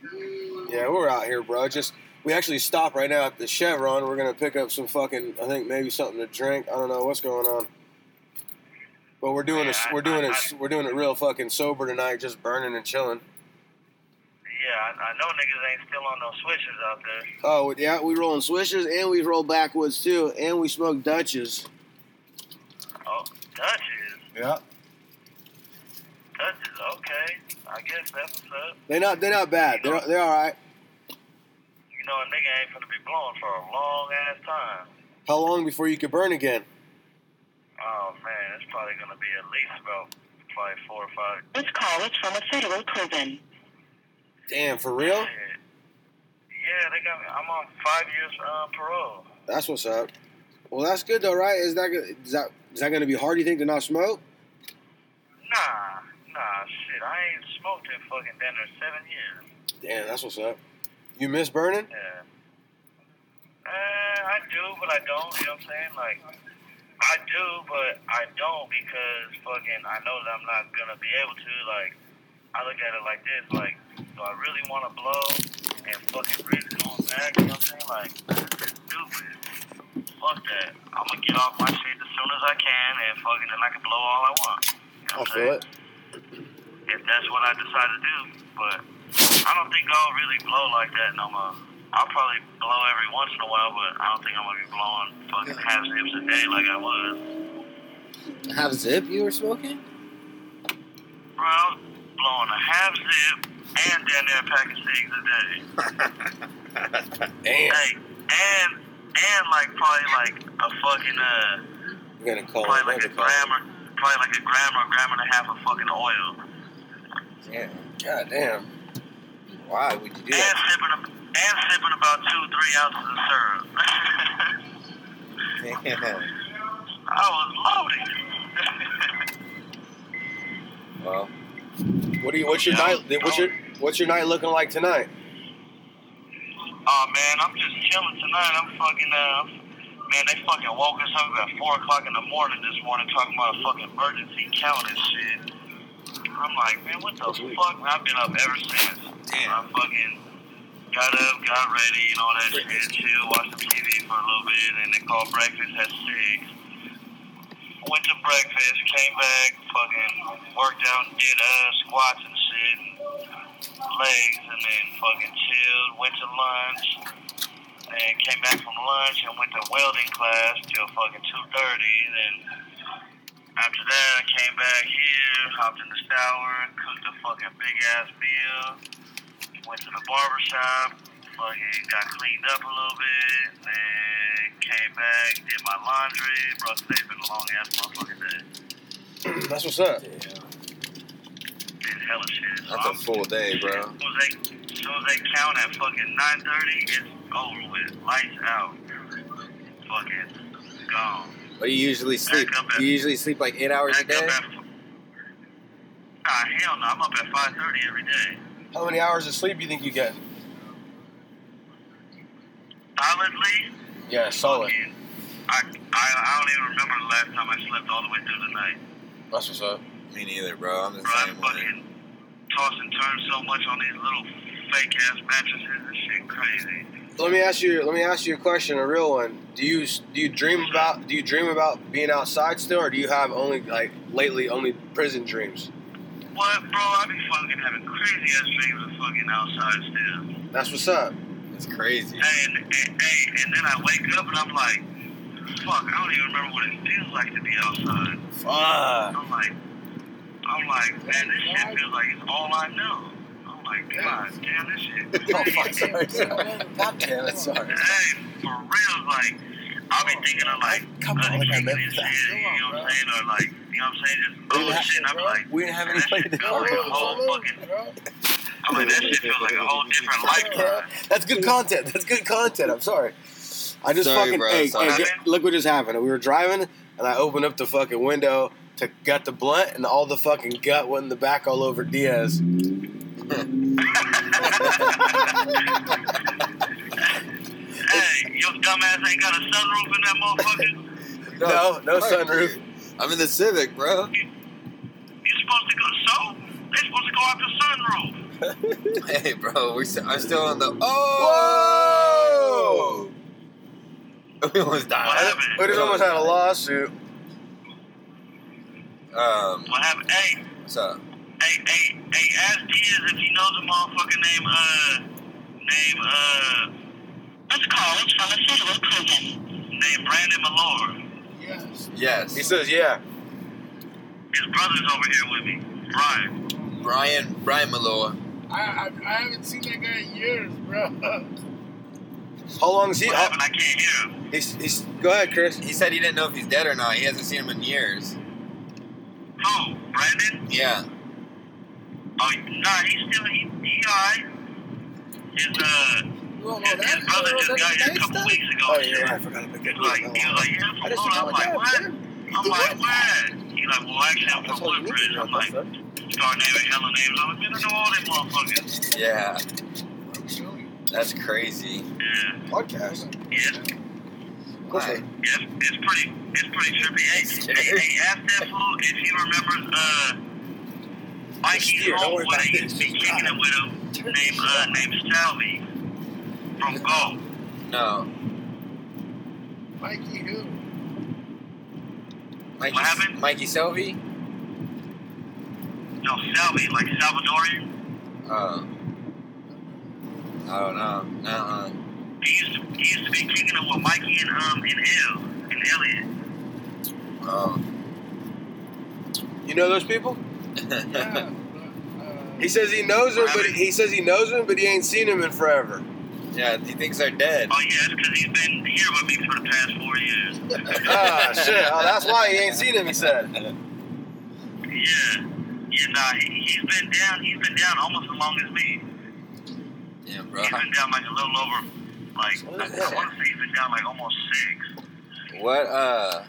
A: buttons and shit.
L: Yeah, we're out here, bro. Just we actually stopped right now at the Chevron. We're gonna pick up some fucking. I think maybe something to drink. I don't know what's going on. But we're doing it.
A: Yeah, I-
L: We're doing
A: I-
L: it.
A: I-
L: We're doing it real fucking sober tonight. Just burning and chilling.
A: Yeah, I, I know niggas ain't still on no switches out there.
L: Oh yeah, we rolling swishers and we roll backwoods too, and we smoke Dutches.
A: Oh, Dutches.
L: Yeah.
A: Dutches, okay,
L: okay. I guess that's what's up.
K: They not they not bad. They're they're all right.
L: You know, a nigga ain't gonna be blowing for a long ass time.
K: How long before you could burn again?
L: Oh man, it's probably gonna be at least about probably four or five.
M: This call is from a federal prison.
K: Damn, for real?
L: Yeah, they got. I'm on five years uh, parole.
K: That's what's up. Well, that's good though, right? Is that go- is that is that going to be hard? You think to not smoke?
L: Nah, nah, shit. I ain't smoked in fucking damn near seven years.
K: Damn, that's what's up. You miss burning?
L: Yeah. Uh, I do, but I don't. You know what I'm saying? Like, I do, but I don't because fucking I know that I'm not gonna be able to. Like, I look at it like this: like, do I really want to blow and fucking risk going back? You know what I'm saying? Like, it's stupid. Fuck that. I'm gonna get off my shit as soon as I can, and fucking then I can blow all I want.
K: I feel it.
L: If that's what I decide to do, but I don't think I'll really blow like that no more. I'll probably blow every once in a while, but I don't think I'm gonna be blowing fucking half zips a day like I was.
N: Half zip you were smoking?
L: Bro, I was blowing a half zip and down there a pack of cigs a day.
N: Damn.
L: Like, and and like probably like a fucking uh
N: We're gonna
K: Oh,
N: call
L: probably like a
N: another call.
L: gram or probably like a gram or a gram and a half of fucking oil.
N: Damn. God damn. Why would you do
L: And
N: that?
L: sipping a, and sipping about two, three ounces of syrup.
N: Damn.
L: I was loaded.
N: Well,
K: what do you? What's your night? What's your what's your night looking like tonight?
L: Oh man, I'm just chilling tonight. I'm fucking uh, man, they fucking woke us up at four o'clock in the morning this morning talking about a fucking emergency count and shit. I'm like, man, what the fuck? And I've been up ever since. Damn. I fucking got up, got ready, you know that shit, chill, watched some TV for a little bit, and they called breakfast at six. Went to breakfast, came back, fucking worked out, and did uh, squats and shit, and legs, and then fucking chilled. Went to lunch, and came back from lunch and went to welding class till fucking two thirty. Then after that, I came back here, hopped in the shower, cooked a fucking big ass meal, went to the barber shop, fucking got cleaned up a little bit, then came back, did my laundry. Bro, today's been a long ass motherfucking day.
K: That's what's up.
L: Did hella shit. So
N: that's a
L: I'm,
N: full day, bro.
L: soon as they, soon as they count at fucking nine thirty, it's over with. Lights out. Fucking gone.
N: What do you usually sleep? You usually sleep like eight hours a day.
L: Nah, Ah, hell no. I'm up at 5.30 every day.
K: How many hours of sleep you think you get?
L: Solidly,
K: Yeah, solid.
L: I, I, I don't even remember the last time I slept all the way through the night.
K: That's what's up.
N: Me neither, bro. I'm the
L: Bro, I
N: same way.
L: fucking toss and turn so much on these little fake-ass mattresses and shit crazy.
K: Let me ask you. Let me ask you a question, a real one. Do you do you dream about do you dream about being outside still, or do you have only like lately only prison dreams?
L: What, bro? I be fucking having crazy-ass dreams of fucking outside still.
K: That's what's up.
N: It's crazy.
L: And, and, hey, and then I wake up and I'm like, fuck, I don't even remember what it feels like to be outside.
N: Fuck.
L: I'm like, I'm like, man, this shit feels like it's all I know. I'm like, god damn, this shit.
N: Oh, fuck, sorry, sorry. God damn it, sorry.
L: Hey, for real, like, I'll be thinking of like, come on, like I shit, you know what I'm saying, or like, you know what I'm saying, just bullshit. shit. I'm like,
N: We didn't have any way to
L: feels like a whole fucking. I'm like, that shit feels like a whole different lifetime.
K: That's good content. That's good content. I'm sorry. I
N: Sorry,
K: just fucking
N: bro.
K: hey,
N: Sorry.
K: hey, get- look what just happened. We were driving and I opened up the fucking window to gut the blunt and all the fucking gut went in the back all over Diaz.
L: Hey, your dumbass ain't got a sunroof in that motherfucker.
K: No, no sunroof.
N: I'm in the Civic, bro.
L: You supposed to go so? They supposed to go out the sunroof.
N: Hey, bro, we st- I'm still on the. Oh! We almost died.
K: We just almost had a lawsuit.
N: Um,
L: What happened? Hey,
N: what's up?
L: hey, hey, hey, ask Diaz if he knows a motherfucker named uh name uh This call is from a federal prison. Named Brandon Malore.
N: Yes.
K: He says, yeah.
L: His brother's over here with me. Brian.
K: Brian Brian Maloa.
G: I, I, I haven't seen that guy in years, bro.
O: How long is he?
K: What
O: how-
K: happened? I can't hear him.
O: He's, he's, go ahead, Chris.
K: He said he didn't know if he's dead or not. He hasn't seen him in years.
L: Who? Brandon?
K: Yeah.
L: Oh, nah, he's still he, he alright. His uh, his, his brother just got here a couple weeks ago.
O: Oh, yeah, I forgot about
L: He's like, he was like, yeah, I'm from Florida. I'm like, what? I'm like, where? He's like, well, actually, I'm from Woodbridge. I'm like, start naming hella names. I'm like, man, I know all them motherfuckers.
K: Yeah. That's crazy.
L: Yeah.
O: Podcast.
L: Yeah.
K: Why?
L: It's, it's pretty it's pretty trippy. Hey, hey, hey, ask that fool if he remembers uh Mikey's homeboy that used to be kicking it with him named uh named Salvi from Go.
K: No.
G: Mikey who?
K: Mikey, what happened? Mikey Selvey?
L: No, Salvi, like Salvadorian.
K: Uh, I don't know. Uh-uh.
L: He used to he used to be kicking it with Mikey and um and L and Elliot.
K: Oh.
O: uh, You know those people?
K: yeah.
O: He says he knows them, but he says he knows them, but he ain't seen them in forever.
K: he thinks they're dead.
L: Oh yeah, it's because he's been here with me for the past four years.
O: Ah, shit. Oh, that's why he ain't seen him. He said.
L: Yeah, yeah. Nah, he, he's been down. He's been down almost as long as me.
K: Yeah, bro.
L: He's been down like a little over, like I, want to say he's been down like almost six.
K: What, uh.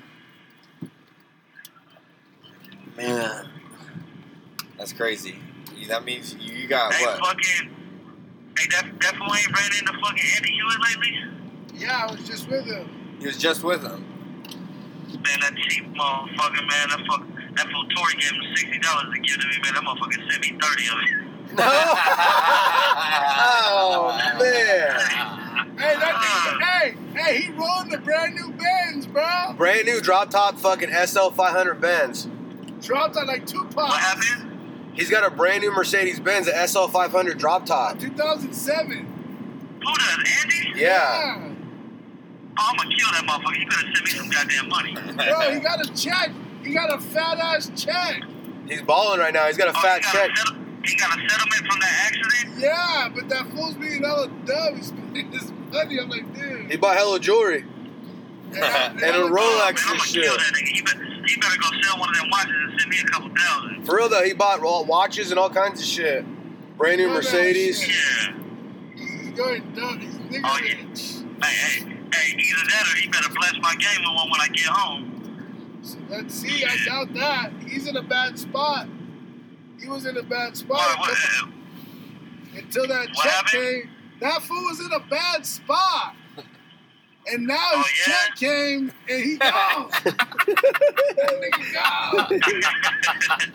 K: Man. That's crazy. You- That means you got
L: hey,
K: what?
L: fucking. Hey, that that fool ain't ran into fucking Andy Hewitt lately.
G: Yeah, I was just with him.
K: He was just with him.
L: Man, that cheap motherfucker, man. That fuck. That fool Tory gave him sixty dollars to give to me, man. That motherfucker sent me thirty of it.
O: oh man!
G: Hey, that nigga, hey, hey, he rolled the brand new Benz, bro.
O: Brand new drop top fucking SL 500 Benz.
G: Dropped on like Tupac. What
L: happened?
O: He's got a brand new Mercedes Benz, a SL 500 drop top.
G: 2007.
L: Who does Andy?
O: Yeah.
L: I'm gonna kill that motherfucker. He better send me some goddamn money.
G: Bro, he got a check. He got a fat ass check.
O: He's balling right now. He's got a fat check.
L: Oh, He got a settlement from that accident.
G: Yeah, but that fool's being hella dumb. He's spending his money. I'm like, dude.
O: He bought hella jewelry and a Rolex and
L: Oh, Kill
O: shit.
L: that nigga. He better, he better go sell one of them watches and send me a couple thousand.
O: For real though, he bought all watches and all kinds of shit. Brand new Mercedes.
L: Yeah.
G: He's going dumb. He's
L: oh, yeah. Hey, hey, hey, either that or he better bless my game with one when I get home.
G: Let's see. I doubt that. He's in a bad spot. He was in a bad
O: Oh.
G: spot
L: uh,
G: until that check came. That fool was in a bad spot. And now his check came and he gone.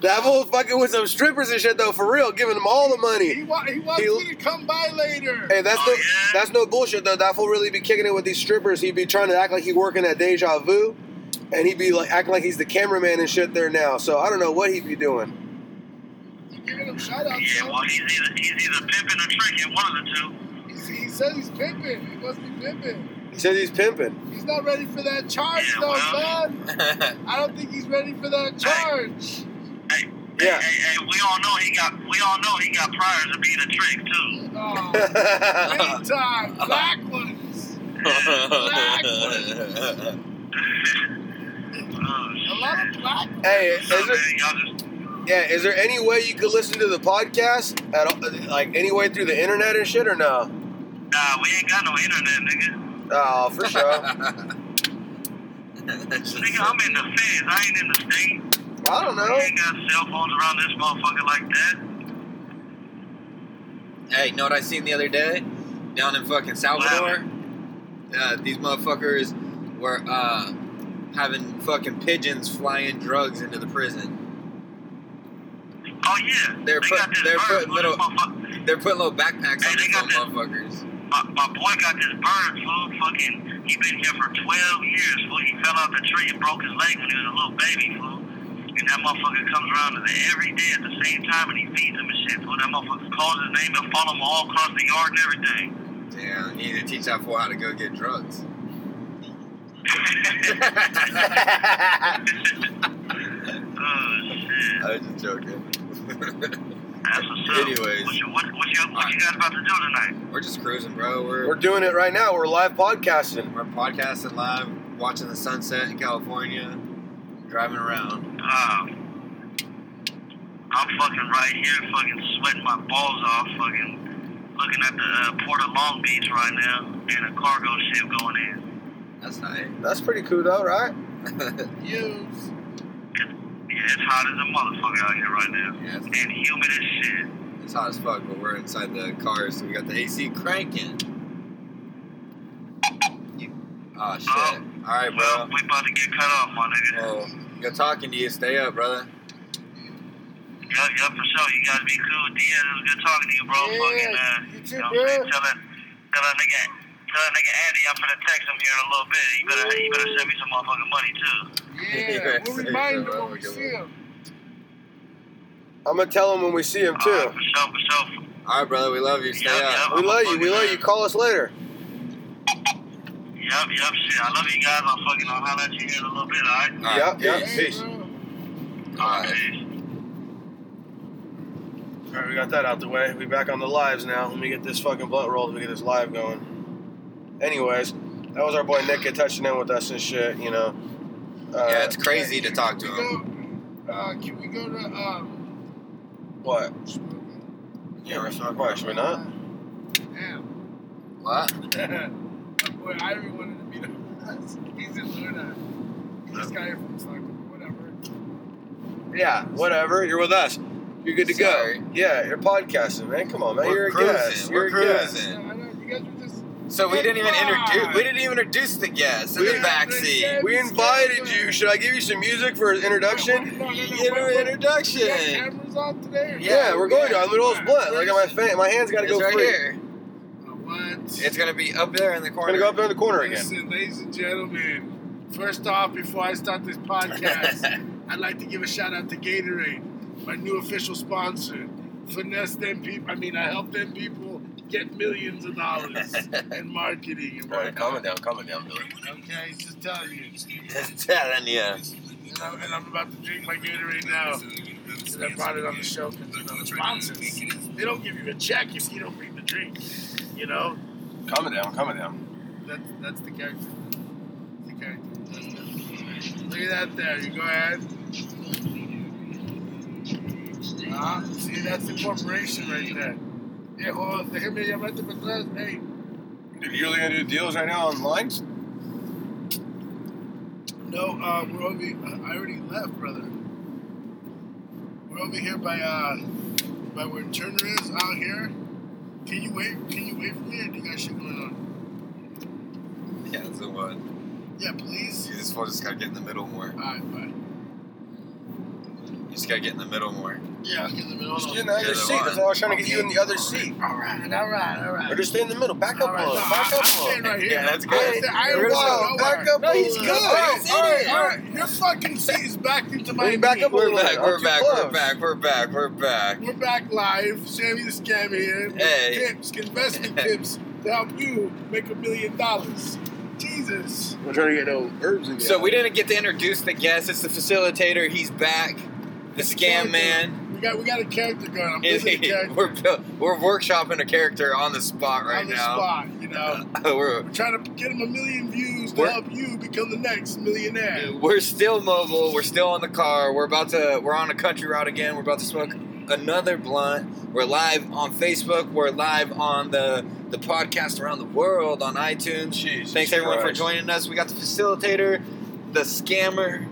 O: That fool fucking with some strippers and shit though, for real, giving them all the money.
G: He, wa- he wants
O: He-
G: me to come by later.
O: Hey,
K: Oh,
O: that's no that's no bullshit though. That fool really be kicking it with these strippers. He'd be trying to act like he working at Deja Vu, and he'd be like acting like he's the cameraman and shit there now. So I don't know what he'd be doing.
G: Giving him shout outs.
L: Yeah, well, he's either, he's either pimping or tricking, one of the two.
G: He, he says he's pimping. He must be pimping.
O: He says he's pimping.
G: He's not ready for that charge, though, man. I don't think he's ready for that charge.
O: Yeah.
L: Hey, we all know he got we all know he got priors to being a trick too.
G: Oh, big time. Black ones. Black A lot of black
O: Hey, is there, yeah, is there any way you could listen to the podcast at all, like any way through the internet and shit or no?
L: Nah, we ain't got no internet, nigga.
O: Oh, for sure.
L: nigga, I'm in the feds. I ain't in the state.
O: I don't know.
L: We ain't got cell phones around this motherfucker like that.
K: Hey, you know what I seen the other day? Down in fucking Salvador? Uh, these motherfuckers were uh, having fucking pigeons flying drugs into the prison.
L: Oh, yeah.
K: They're, put, they're putting little. They're putting little backpacks on these little motherfuckers.
L: My, my boy got this bird, fool. Fucking, he been here for 12 years, fool. He fell out the tree and broke his leg when he was a little baby, fool. And that motherfucker comes around to the, every day at the same time and he feeds him and shit, fool. That motherfucker calls his name and follow him all across the yard and everything.
K: Damn, you need to teach that fool how to go get drugs.
L: Oh, shit.
K: I was just joking.
P: That's what's up.
K: Anyways.
P: What you, what, what, you, what you guys about to do tonight?
K: We're just cruising, bro. We're
L: We're doing it right now. We're live podcasting.
K: We're podcasting live, watching the sunset in California, driving around.
P: Uh, I'm fucking right here, fucking sweating my balls off, fucking looking at the uh, port of Long Beach right now, and a cargo ship going in.
K: That's nice.
L: That's pretty cool, though, right?
G: Use.
P: Yeah, it's hot as a motherfucker out here right now,
K: Yeah, it's,
P: and humid as shit.
K: it's hot as fuck, but we're inside the car, so we got the AC cranking. Oh shit! All right, bro.
P: Well, we about to get cut off, my nigga.
K: Well, good talking to you. Stay up, brother.
P: Yup, yup, for sure. You guys be cool. Diaz, it was good talking to you, bro.
G: Yeah,
P: Fucking, uh,
G: you too,
P: you know what
G: bro.
P: I'm saying? Tell that, tell that nigga, tell that nigga Andy I'm finna text him here in a little bit. You better, you better send me some motherfucking money, too.
G: Yeah, we'll remind him when we see him.
L: I'm gonna tell him when we see him too.
K: All right, brother. We love you. Stay up.
L: we love you. We love you. Call us later.
P: Yup, yup, shit. I love you guys. I'll fucking, I'll holler at you here in a little bit, alright?
L: Yup, yup. Peace. All right, we got that out the way. We back on the lives now. Let me get this fucking blunt rolled. We get this live going. Anyways, that was our boy Nick touching in with us and shit. You know. Uh,
K: Yeah, it's crazy to talk to
G: Can
K: him.
G: we go, uh, can we go to um,
L: what? Yeah, we're talking. Why should we not?
G: damn.
K: What?
G: that boy Ivory wanted to meet up with us. He's in Luna. He just got here from Tucker. Whatever.
L: Yeah, whatever. You're with us. You're good to
K: Sorry.
L: go. Yeah, you're podcasting, man. Come on, man.
K: We're
L: Oh, you're a
K: cruising.
L: guest.
K: We're
L: you're a guest.
K: cruising.
G: I know you guys were just
K: So we didn't even introduce. We didn't even introduce the guests in the
L: We-
K: backseat.
L: We invited you. Should I give you some music for an introduction?
G: No, no, no,
K: Give
G: wait, wait.
K: him an
G: You got
K: introduction.
G: cameras on today? or-
L: Yeah, we're going to. I'm the oldest
G: Alright,
L: blunt. Like my fa- my hands got to
K: It's
L: go
K: right
L: free.
K: here.
G: What?
K: It's gonna be up there in the
L: I'm
K: corner.
L: gonna go up there in the corner again.
G: Listen, ladies and gentlemen, first off, before I start this podcast, I'd like to give a shout out to Gatorade, my new official sponsor. Finesse them people, I mean, I help them people get millions of dollars in marketing. And whatnot.
L: down, calm down, Billy.
G: Okay, just telling you.
K: telling
G: E
K: you.
G: And I'm, and I'm about to drink my Gatorade now. And I brought it on the show because they're not sponsors. They don't give you a check if you don't bring the drink. You know?
L: Calm down, calm down.
G: That's that's the character. That's the character. That's the- Look at that there. You go ahead. Ah, see, that's the corporation right there. Yeah, well, déjeme llamarte para atrás, hey.
L: Dude, you really gonna do deals right now on lines?
G: No, uh, we're over. I already left, brother. We're over here by uh, by where Turner is out here. Can you wait? Can you wait for me, or do you got shit going on?
K: Yeah, that's the one.
G: Yeah, please.
K: You just well, just gotta get in the middle more.
G: All right, bye.
K: You just gotta get in the middle more.
G: Yeah, I'll get in the middle.
L: Just get in the other
K: You're the
L: seat. That's
K: one.
L: all I was trying to get you in the other seat.
G: All right, all right, all right.
L: Or just stay in the middle. Back
G: All
L: up a
G: right,
L: little.
G: no, I-
L: Back up
G: I'm
L: a
G: staying
L: little.
G: right here.
K: Yeah, that's
G: I
K: good.
G: understand- I ain't
L: We're gonna
G: going
L: go back
G: nowhere.
L: up a
G: No, he's
L: little.
G: good.
L: All right,
G: All right, all right. Your fucking seat is back into my.
L: Hey, back
G: knee.
L: up a
K: We're
L: little
K: back.
L: bit.
K: We're
L: I'm too
K: back.
L: close.
K: We're back. We're back. We're back.
G: We're back live. Sammy the Scam here. with
K: Hey.
G: Tips, investment tips to help you make a million dollars. Jesus.
L: We're trying to get no herbs in
K: So we didn't get to introduce the guest. It's the facilitator. He's back. The scam man.
G: We got we got a character going. I'm
K: Is
G: building a
K: he,
G: character
K: we're buil- we're workshopping a character on the spot right
G: on the
K: now.
G: spot, you know.
K: we're
G: We're trying to get him a million views to
K: We're-
G: help you become the next millionaire.
K: we're still mobile. We're still on the car. We're about to. We're on a country route again. We're about to smoke another blunt. We're live on Facebook. We're live on the the podcast around the world on iTunes.
L: Jesus
K: Thanks everyone
L: Christ.
K: for joining us. We got the facilitator, the scammer,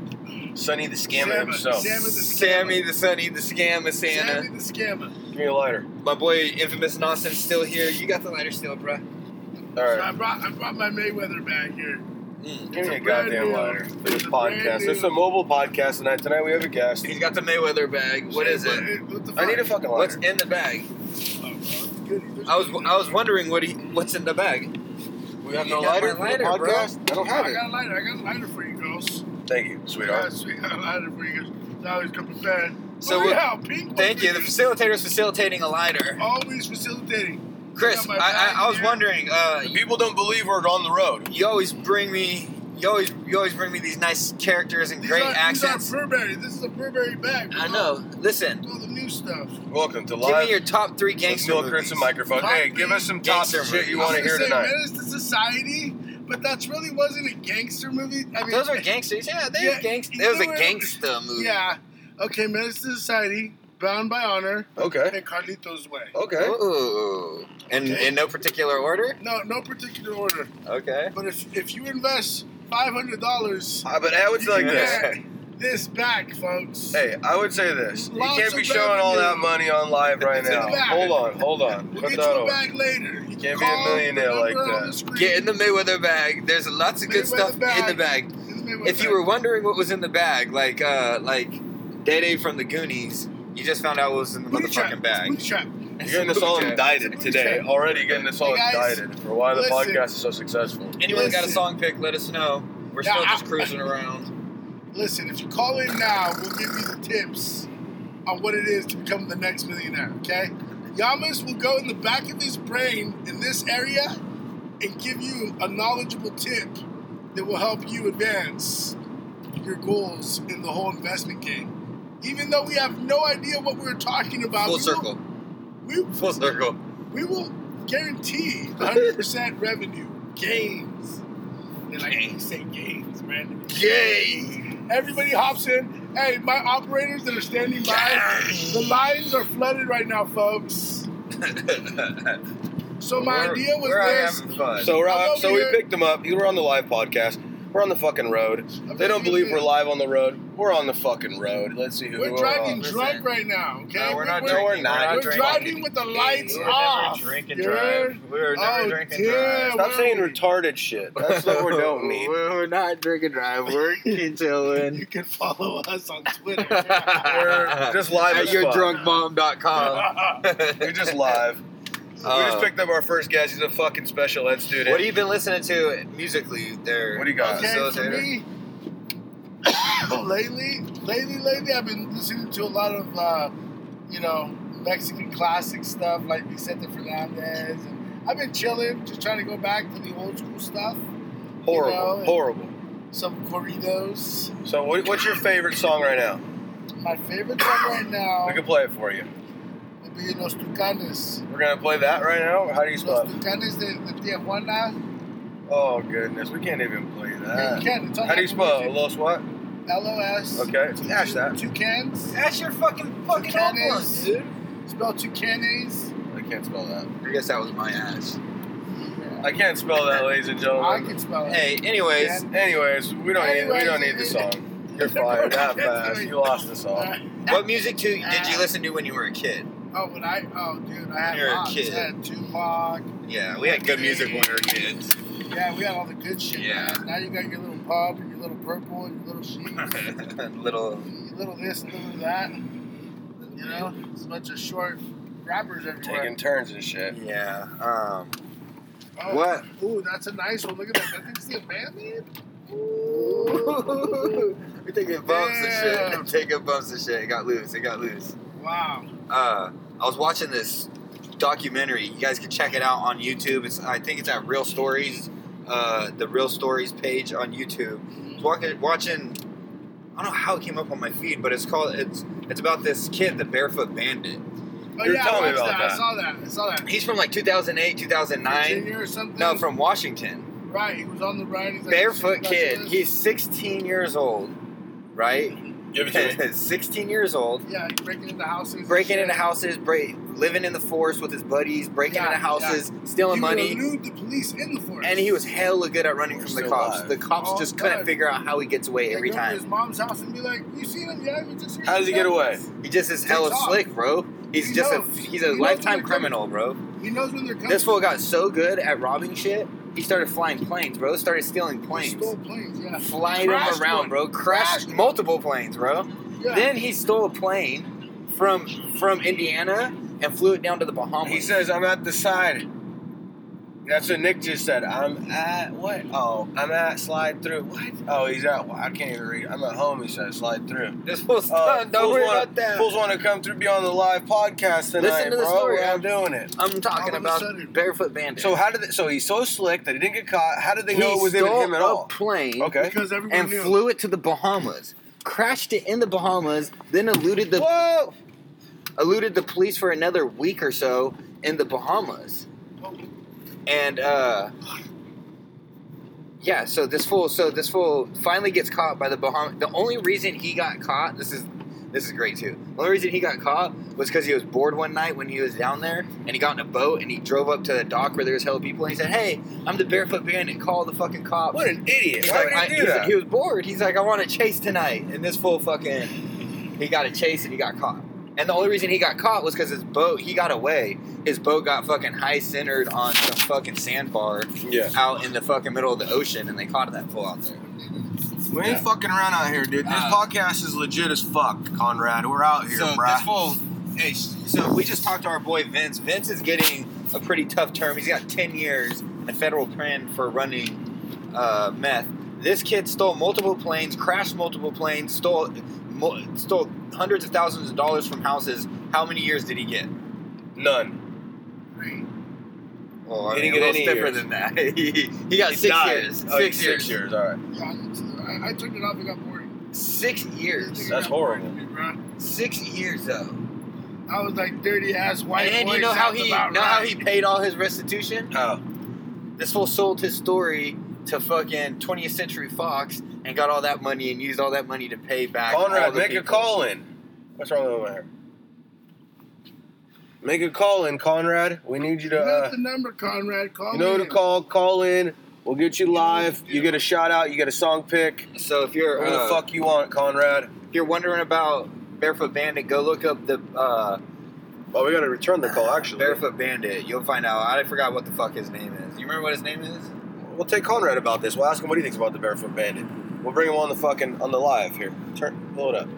L: Sonny the scammer
G: Sam-
L: himself.
G: Sam- Sammy the scammer.
K: Sammy the Sunny, the scammer Santa.
G: Sammy the scammer.
L: Give me a lighter.
K: My boy Infamous Nelson still here. You got the lighter still, bruh.
L: All
G: So I
L: right.
G: brought I brought my Mayweather bag here.
L: Give me a
G: a brand
L: goddamn
G: new-
L: lighter for this
G: it's a brand
L: podcast.
G: new-
L: It's a mobile podcast tonight. Tonight we have a guest.
K: He's got the Mayweather bag. What is
G: What-
K: it?
G: What the fuck?
L: I need a fucking lighter.
K: What's in the bag?
G: Goodies.
K: I was I was wondering what he what's in the bag.
L: We have
K: You
L: no
K: got
L: lighter,
K: my
L: for the
K: lighter, bro.
L: podcast. I don't have
G: I
L: it.
G: got a lighter. I got a lighter for you girls.
L: Thank you,
G: Yeah,
L: sweetheart.
G: sweet. I got a lighter for you guys. I always come prepared.
K: So
G: Look
K: we-
G: at how pink one
K: Thank you. The
G: is.
K: facilitator's facilitating a lighter.
G: always facilitating.
K: Chris, I, I, I was wondering. Uh, you,
L: People don't believe we're on the road.
K: you always bring me. You always you always bring me these nice characters and
G: These
K: great
G: are,
K: accents.
G: These are Burberry. This is a Burberry bag.
K: I know. Listen,
G: All the new stuff.
L: Welcome to
K: Give
L: live.
K: me your top three gangster
L: with Milk Crits
K: movies.
L: and microphone. hey,
G: Top
L: give us some top
K: gangster
L: shit
G: I
L: you
G: was
L: want to
G: gonna
L: hear
G: say
L: tonight.
G: Menace to Society, but that's really wasn't a gangster movie. I mean,
K: Those are gangsters. Yeah, they
G: Yeah,
K: gangster.
G: you
K: There was a
G: know what?
K: gangster movie.
G: Yeah. Okay, Menace to Society, Bound by Honor,
L: Okay.
G: and Carlito's Way.
L: Okay.
K: Ooh. And
G: Okay.
K: in no particular order.
G: No, no particular order.
K: Okay.
G: But if if you invest five hundred dollars,
L: Uh, but I would
G: you
L: like
G: can
L: this.
G: get this back, folks.
L: Hey, I would say this. You
G: Lots
L: can't be
G: of
L: showing all that
G: revenue.
L: money on live right
G: It's in
L: now.
G: the back.
L: Hold on, hold on.
G: We'll
L: Put
G: get
L: that
G: you a
L: away.
G: bag later. You
L: Can't be a
G: call
L: millionaire
G: the
L: like
G: number on
L: that.
G: the screen.
K: Get in the Mayweather bag. There's lots of good
G: Mayweather
K: stuff in
G: bag.
K: the bag.
G: Isn't it what
K: If you
G: that-
K: were wondering what was in the bag, like uh, like Day Day from the Goonies, you just found out what was in the
G: Booty trap.
K: motherfucking bag.
G: Booty trap.
L: You're getting us all indicted today. Already getting us all
G: Hey, guys,
L: indicted for why the
G: listen.
L: podcast is so successful.
K: Anyone got a
G: Listen.
K: song pick? Let us know. We're
G: Yeah,
K: still
G: I-
K: just cruising around.
G: Listen, if you call in now, we'll give you the tips on what it is to become the next millionaire, okay? Yamas will go in the back of his brain in this area and give you a knowledgeable tip that will help you advance your goals in the whole investment game. Even though we have no idea what we're talking about,
K: Full
G: we
K: circle.
G: Will,
K: Full circle.
G: we, we will guarantee 100% revenue, gains. And like, you say gains, man.
K: Yay!
G: Everybody hops in. Hey, my operators that are standing by, the lines are flooded right now, folks. So my
K: We're-
G: idea was
K: we're out
G: this.
K: having fun.
L: So we're
G: I'm
L: out,
G: over
L: Uh, so we
G: here.
L: picked them up. You were on the live podcast. We're on the fucking road. They don't believe we're live on the road. We're on the fucking road. Let's see who
G: We're
L: we're
G: driving
L: on.
K: Listen.
G: drunk right now, okay?
K: No, we're not
L: No, we're not.
G: We're
K: drinking.
G: driving with the lights
K: we were
G: off.
K: never drink and
G: you're-
K: drive. We were never
G: Oh,
K: drink and
G: dear.
K: drive.
L: Stop saying retarded shit. That's what we don't need.
K: We're not drinking drive. We're chilling.
G: You can follow us on Twitter.
L: We're just live
K: At
L: as fuck.
K: yourdrunkmom.com.
L: We're just live. we
K: Uh,
L: just picked up our first guest. He's a fucking special ed student.
K: What have you been listening to musically there?
L: What do you got?
G: okay, for
K: Facilitator?
G: me, lately, lately, lately, I've been listening to a lot of, uh, you know, Mexican classic stuff like Vicente Fernandez. And I've been chilling, just trying to go back to the old school stuff.
L: horrible,
G: You know,
L: horrible.
G: Some corridos.
L: So, what, what's your favorite song right now?
G: My favorite song right now
L: We can play it for you.
G: would be Los Tucanes.
L: We're gonna play that right now. How do you
G: Los
L: spell? it?
G: Tucanes de, de Tijuana.
L: Oh goodness, we can't even play
G: Yeah,
L: that.
G: you can. It's on
L: How do you
G: Apple
L: spell it?
G: Music.
L: Los what?
G: L-O-S.
L: Okay, ash that.
G: Toucans.
K: That's your fucking fucking
G: Tucanes.
K: homeless, dude.
G: Spell toucanes.
L: I can't spell that.
K: I guess that was my ass.
L: I can't spell that, ladies and
G: I
L: gentlemen.
G: can spell it.
K: Hey, anyways,
L: Anyways, we don't need we don't need the song. You're fired that fast. You lost the
G: All
L: song.
G: right.
K: what music to, did you listen to when you were a kid?
G: Oh, when I oh dude, I had
K: You're a
G: lots.
K: kid.
G: I had Tupac.
K: Yeah, we had good music when we were kids.
G: Yeah, we had all the good shit.
K: Yeah.
G: man. Now you got your little pub and your little purple and your little sheets,
K: Little
G: your little this and little that. You know, it's a bunch of short rappers everywhere.
L: Taking turns and shit.
K: yeah. Um,
G: Oh,
K: what?
G: Ooh, that's a nice one. Look at that. That thing's the abandoned.
K: we taking bumps and shit. Taking bumps and shit. It got loose. It got loose.
G: Wow. Oh,
K: uh, I was watching this documentary. You guys can check it out on YouTube. It's I think it's at Real Stories, uh, the Real Stories page on YouTube.
G: Mm-hmm.
K: I was walking, watching. I don't know how it came up on my feed, but it's called. It's it's about this kid, the Barefoot Bandit.
G: Oh
L: You were
G: yeah, I
L: telling me
G: watched
L: about
G: that. I
L: that.
G: saw that. I saw that.
K: He's from like 2008, 2009.
G: Virginia or something.
K: No, from Washington.
G: right. He was on the ride. He's like,
K: Barefoot
G: "Shit,
K: kid.
G: that's
K: He's 16 years old, right?
L: Give it to me.
K: 16 years old.
G: this." Yeah, he's breaking into houses. and
K: breaking
G: shit.
K: into houses, break, living in the forest with his buddies, breaking
G: Yeah,
K: into houses, stealing
G: He
K: money,
G: elude the police in the forest.
K: and he was hella good at running from the
L: Still
K: cops.
L: alive.
K: The cops
G: Oh,
K: just couldn't
G: God.
K: figure out how he gets away
G: Like,
K: every
G: go to
K: time.
G: his mom's house and be like, "You seen him? Yeah, we just." heard
L: How does he get away?
G: happened."
K: He just is
G: Takes
K: hella
G: off.
K: slick, bro. He's
G: He
K: just
G: knows.
K: a he's
G: He
K: a
G: knows when
K: lifetime
G: they're
K: criminal, bro.
G: He knows when they're coming.
K: This fool got so good at robbing shit, he started flying planes, bro. Started stealing
G: He
K: planes,
G: stole planes. Yeah.
K: flying them
G: Crashed
K: around,
G: one.
K: bro. Crashed multiple planes, bro.
G: Yeah.
K: Then he stole a plane from from Indiana and flew it down to the Bahamas.
L: He says, I'm at the side. That's what Nick just said. I'm at what? Oh, I'm at slide through. What? Oh, he's at. I can't even read. I'm at home. He says slide through.
K: "This fool's
L: Uh,
K: done. Don't
L: fools
K: worry
L: wanna-
K: about that."
L: Fools want to come through, be on the live podcast tonight,
K: Listen to the
L: bro.
K: story.
L: I'm doing it.
K: I'm talking
G: All of a
K: about
G: sudden.
K: barefoot bandit.
L: So how did? They, so he's so slick that he didn't get caught. How did they
K: he
L: know it was even
K: stole
L: him at
K: a
L: all?
K: plane
L: Okay.
G: Because everyone
K: and
G: knew.
K: flew it to the Bahamas, crashed it in the Bahamas, then eluded the
L: Whoa!
K: eluded the police for another week or so in the Bahamas. And uh, yeah, so this fool, so this fool finally gets caught by the Bahama. The only reason he got caught, this is this is great too. The only reason he got caught was because he was bored one night when he was down there, and he got in a boat and he drove up to the dock where there was hell of people, and he said, "Hey, I'm the Barefoot Bandit. Call the fucking cops."
L: What an idiot!
K: He's
L: Why
K: like, I-
L: would he
K: he's
L: do
K: like-
L: that?
K: he was bored. He's like, I want to chase tonight. And this fool fucking, he got a chase and he got caught. And the only reason he got caught was because his boat, he got away. His boat got fucking high centered on some fucking sandbar
L: Yeah.
K: out in the fucking middle of the ocean and they caught that fool out there.
Q: We ain't
K: Yeah.
Q: fucking around out here, dude. This podcast is legit as fuck, Conrad. We're out here,
K: so
Q: bruh.
K: this fool, hey, sh- so we just talked to our boy Vince. Vince is getting a pretty tough term. He's got 10 years in federal prison for running uh, meth. This kid stole multiple planes, crashed multiple planes, stole mo- stole hundreds of thousands of dollars from houses. How many years did he get?
L: None.
K: Well, Oh, I mean, a
L: He didn't get
K: little
L: any
K: stiffer
L: years.
K: than that. he, he got
L: He
K: six
L: died.
K: years.
L: Oh,
K: Six
L: six
K: years.
L: years, all right.
G: Yeah, I, I turned it off and got bored.
K: Six years.
L: That's horrible.
K: Six years though.
G: I was like dirty ass white
K: and
G: boy.
K: you know how
G: sounds
K: he know
G: about
K: how
G: right.
K: he paid all his restitution?
L: How?
K: This fool sold his story to fucking 20th Century Fox and got all that money and used all that money to pay back. all
L: Conrad,
K: the
L: make a
K: people.
L: call in. What's wrong with my hair? Make a call in, Conrad. We need you to.
G: You
L: Uh,
G: got the number, Conrad. Call
L: you know
G: me.
L: to call. Call in. We'll get you live. You get a shout out. You get a song pick.
K: So if you're
L: what the
K: uh,
L: fuck you want, Conrad?
K: If you're wondering about Barefoot Bandit, go look up the. Uh,
L: well, we got to return the call. Actually,
K: Barefoot Bandit. You'll find out. I forgot what the fuck his name is. You remember what his name is?
L: We'll take Conrad about this. We'll ask him what he thinks about the Barefoot Bandit. We'll bring him on the fucking on the live here. Turn, pull it up.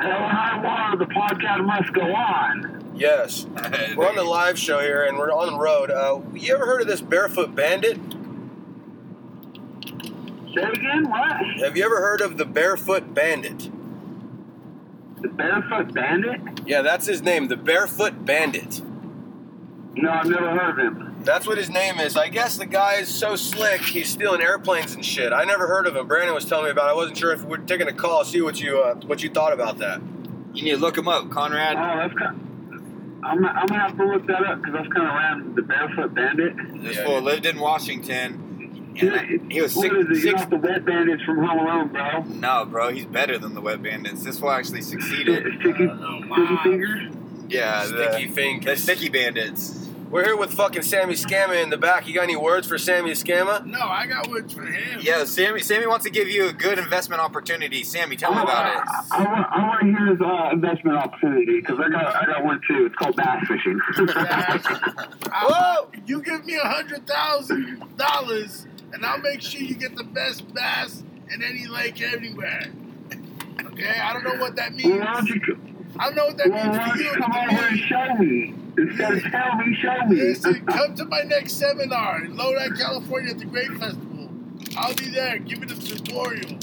R: high water, the podcast must go on.
L: Yes, we're on the live show here, and we're on the road. Uh, you ever heard of this Barefoot Bandit?
R: Say it again. What?
L: Have you ever heard of the Barefoot Bandit?
R: The Barefoot Bandit?
L: Yeah, that's his name, the Barefoot Bandit.
R: No, I've never heard of him.
L: That's what his name is. I guess the guy is so slick, he's stealing airplanes and shit. I never heard of him. Brandon was telling me about. It. I wasn't sure if we're taking a call, see what you uh, what you thought about that.
K: You need to look him up, Conrad.
R: Oh, that's kind. I'm, I'm gonna have to look that up because that's kind of random. The Barefoot Bandit.
K: This fool lived in Washington.
R: Dude,
K: And he was
R: what
K: six,
R: is it? You're
K: six
R: not the Wet Bandits from Home Alone, bro.
K: No, bro, he's better than the Wet Bandits. This fool actually succeeded.
R: Sticky, sticky fingers.
K: Yeah, Uh, the
L: Sticky
K: the sticky bandits.
L: We're here with fucking Sammy Scamma in the back. You got any words for Sammy Scamma?
G: No, I got words for him.
K: Yeah, Sammy. Sammy wants to give you a good investment opportunity. Sammy, tell me about it.
R: I want, I want to hear his uh, investment opportunity because I got, I got one too. It's called bass fishing.
G: Whoa! You give me a hundred thousand dollars, and I'll make sure you get the best bass in any lake anywhere. Okay, I don't know what that means.
R: why don't you co-
G: I don't know what that
R: well,
G: means
R: why
G: for you.
R: don't you come over and show me instead of tell me, show me?
G: Listen, come to my next seminar in Lodi, California at the Grape Festival. I'll be there giving a tutorial.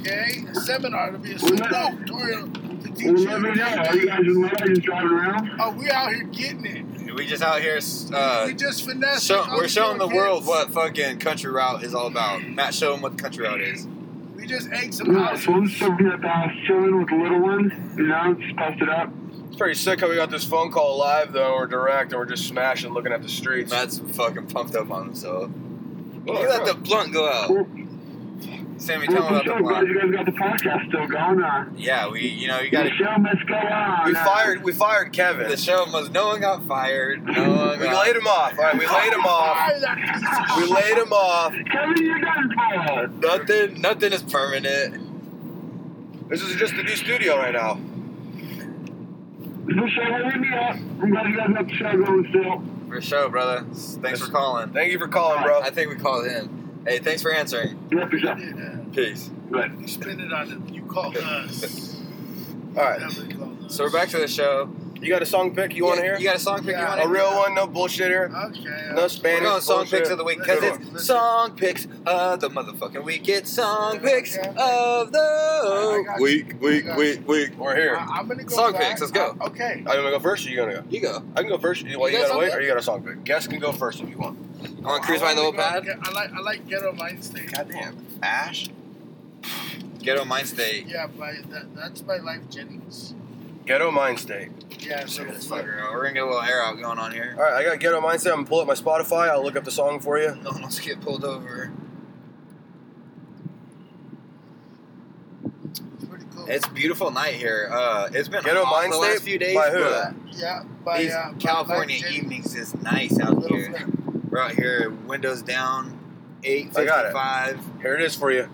G: Okay? A seminar. It'll be a seminar tutorial to teach
R: Well,
G: you.
R: let me know. Are you guys in love? Are you just driving around?
G: Oh, we out here getting it.
K: We just out here. Uh,
G: we just finessing.
K: show,
G: all
K: we're
G: these
K: showing the
G: young
K: world
G: kids.
K: what fucking country route is all about. Matt, show them what country route is.
G: We just ate some
R: Yeah,
G: house.
R: so I'm just over here at the house chilling with the little ones, you know, just passed it up.
L: It's pretty sick how we got this phone call live though. We're direct and we're just smashing, looking at the streets.
K: Matt's fucking pumped up on himself.
L: Oh,
K: you let the blunt go out. Sammy, tell
R: Well,
K: him about
R: for
K: the
R: sure, glad
K: blunt.
R: you guys got the podcast still going on.
K: Yeah, we. You know, you
R: The
K: got to.
R: show must go on.
K: We
L: fired. We fired Kevin. Oh,
K: The show must. No one got fired. No one.
L: We
K: got-
L: laid him off. All right, we laid him
K: Oh.
L: off. We laid him off.
R: Kevin, you're done for.
K: Nothing. Nothing is permanent.
L: This is just the new studio right now.
R: For sure, well, hit me up. I'm glad you guys got the show going still.
K: For sure, brother. Thanks for calling.
L: Thank you for calling, bro.
K: I think we called him. Hey, thanks for answering.
R: Yeah, for sure.
K: Peace.
G: You spend it on it. You called us.
L: All right.
K: So we're back to the show.
L: You got a song pick you want to hear?
K: You got a song pick you want to
L: A real one, no bullshit here.
G: Okay.
L: No Spanish.
K: We're going song
L: bullshit.
K: picks of the week because
L: Good
K: it's song picks of the motherfucking week. It's song picks of
G: I
K: the
G: got you.
L: Week, week, week, week. We're here.
G: I- I'm gonna go
L: Song
G: back. Uh,
L: picks, let's go.
G: Okay.
K: Uh,
L: Are you gonna go first, or you gonna go?
K: You go.
L: I can go first. Well,
G: You
L: you,
G: got
L: gotta wait,
G: something?
L: or you got a song pick. Guest can go first if you want.
K: one. On Cruise by the Old Pad?
G: I like I like ghetto mind state.
K: Goddamn. Ash? Ghetto Mind State.
G: Yeah, but that, that's my life, Jennings.
L: Ghetto mind state.
G: Yeah, so
K: This fucker. We're gonna get a little air out going on here.
L: All right, I got ghetto mindset. I'm gonna pull up my Spotify. I'll look up the song for you.
K: No one else get pulled over. It's a beautiful night here. Uh, it's been
L: Ghetto
K: hot
L: Mind
K: the
L: State?
K: last few days.
L: By who?
K: but
G: Yeah, by
K: these
G: uh, by
K: uh, California
G: Life, Jennings.
K: evenings is nice out here. We're out here, windows down, eight
L: I got it.
K: fifty-five.
L: Here it is for you.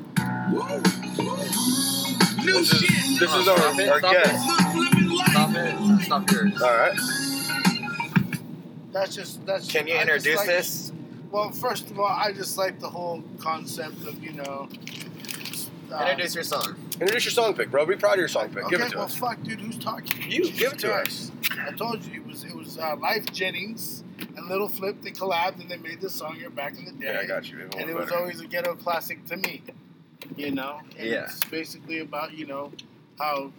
L: This is, this is
K: Stop it,
L: our, our
K: stop
L: guest.
K: Stop it! Stop yours.
L: All right.
G: That's just that's.
K: Can you
G: I just
K: introduce
G: like-
K: this?
G: Well, first of all, I just like the whole concept of you know. uh,
K: Introduce your song.
L: Introduce your song pick, bro. Be proud of your song pick. Give
G: okay,
L: it to
G: well,
L: us.
G: fuck, dude, who's talking?
L: You, give it to us.
G: I told you it was it was uh, Life Jennings and Little Flip. They collabed and they made this song here back in the day.
L: Yeah, I got you. It
G: and it was
L: better.
G: always a ghetto classic to me, you know. And
L: Yeah.
G: It's basically about you know how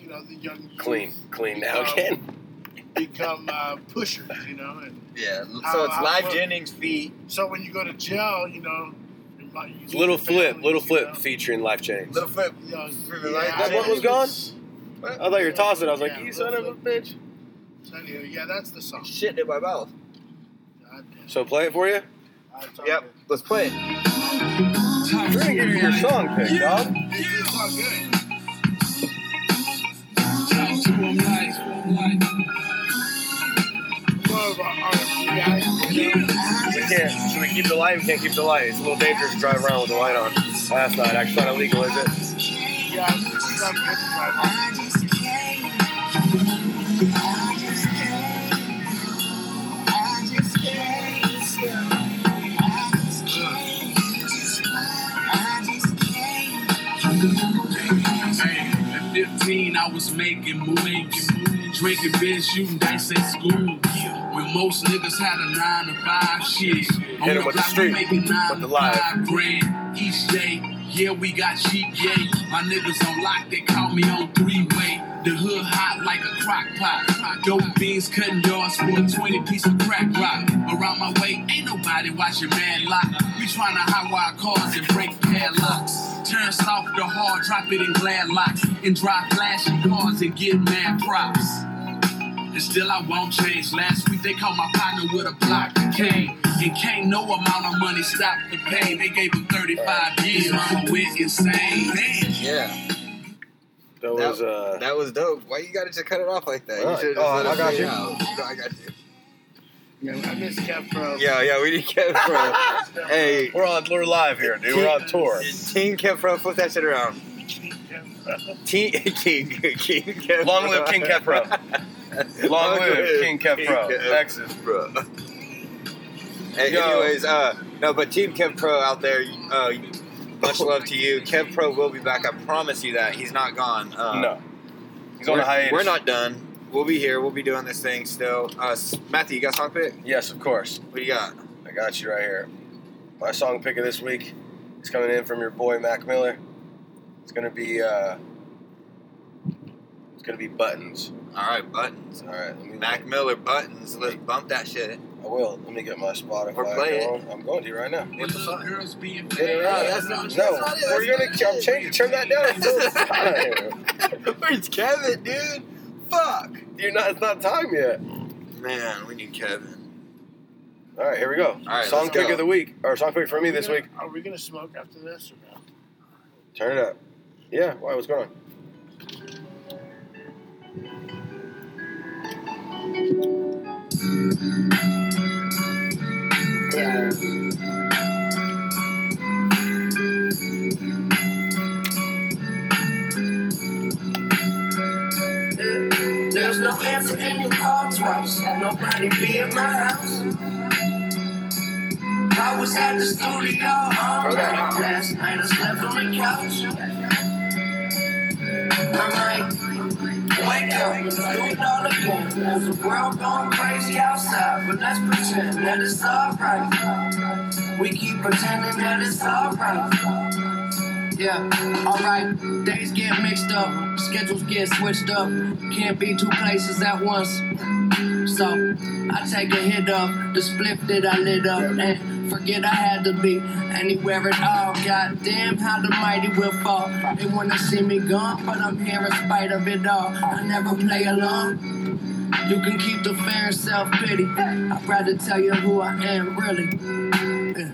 G: you know the young youth
L: clean, clean now
G: become-
L: again.
G: become uh, pushers, you know. And
K: Yeah.
G: how-
K: So it's
L: Uh,
G: how
K: Live
G: work-
K: Jennings feet.
G: So when you go to jail, you know, you might- you lose
L: Little
G: your
L: Flip,
G: family,
L: Little
G: you
L: Flip
G: know.
L: featuring Life Jennings.
K: Little Flip.
G: You know, it's-
K: Really
G: yeah,
K: like
L: That
G: I
L: one was
G: think
L: gone?
G: it's-
L: I thought you were tossing. I was like,
G: Yeah,
L: you
G: Lil
L: son of a
G: Flip.
L: bitch.
G: So anyway, yeah, that's the song.
K: Shit in my mouth.
L: So play it for you.
K: Yep. Let's play it.
L: We're gonna give you your song pick, dog.
G: It's all good. More of a R&B guy, you know?
L: We can't. Should we keep the light? We can't keep the light. It's a little dangerous to drive around with the light on. Last night, actually, not illegal, is it?
G: Yeah, it's not good to drive on.
S: At 15, I was making moves, drinking beer, shooting dice at school. When most niggas had a nine to five shit,
L: Hit 'em with the street,
S: making
L: with
S: nine
L: the
S: to
L: live.
S: five grand each day. Yeah, we got cheap, yay. My niggas on lock, they call me on three way. The hood hot like a crock pot. Dope beans cutting yards for a 20 piece of crack rock. Around my way, ain't nobody watching mad lock. We tryna hot wire cars and break padlocks. Turn soft to hard, drop it in glad locks. And drive flashing cars and get mad props. And still I won't change. Last week they caught my partner with a block of cane. And can't no amount of money stop the pain. They gave him 35 years. Mama went insane.
K: Yeah.
L: That was uh.
K: That was dope. Why you gotta just cut it off like that?
L: All
K: You
L: right.
K: should've
L: Oh,
K: just let
L: I
K: us
L: got
K: say,
L: you.
K: "No, no, I got you.
G: Yeah, I miss Cap Pro.
K: Yeah, yeah, we need Kev Pro. hey,
L: We're on. We're live here, dude. We're on tour.
K: Team Kev Pro, flip that shit around. Team King King Kev.
L: Long live King Kefro. Long live King Kefro. Texas.
K: bro. Hey,
L: Yo.
K: anyways, uh, no, but Team Kev Pro out there, uh, much love to you. Kev Pro will be back. I promise you that he's not gone. Uh,
L: No, he's on a
K: we're-
L: hiatus.
K: We're not done. We'll be here. We'll be doing this thing still. Uh, S- Matthew, you got song pick?
L: Yes, of course.
K: What do you got?
L: I got you right here. My song pick of this week is coming in from your boy Mac Miller. It's gonna be uh. It's gonna be buttons.
K: All right, buttons.
L: All right, let me.
K: Mac Miller buttons. Let's bump that shit.
L: I will. Let me get my Spotify.
K: Or play it.
L: going. I'm going to right now.
K: What the fuck?
S: Girls being
L: Get it right.
K: that's not-
L: no,
K: that's not it,
L: we're gonna.
K: that's not
L: I'm
K: it.
L: changing. Turn that down. It's still- it's hot out here.
K: Where's Kevin, dude? Fuck.
L: You're not. It's not time yet.
K: Man, we need Kevin.
L: All right, here we go.
K: right,
L: song
K: let's
L: pick
K: go.
L: of the week, or song pick for me
G: Are we
L: this
G: gonna-
L: week.
G: uh, Are we gonna smoke after this or no?
L: Turn it up. Yeah. Why? What's going on?
S: There's no answer in the call twice. and Nobody be at my house. I was at the studio all night. Last night I slept on the couch. I'm like, wake up, let's do it all again. There's a world going crazy outside, but let's pretend that it's alright. We keep pretending that it's alright. Yeah, alright. Days get mixed up, schedules get switched up. Can't be two places at once. So I take a hit up, the split that I lit up, and forget I had to be anywhere at all. God damn, how the mighty will fall. They wanna see me gone, but I'm here in spite of it all. I never play along. You can keep the fear and self pity. I'd rather tell you who I am, really. Yeah.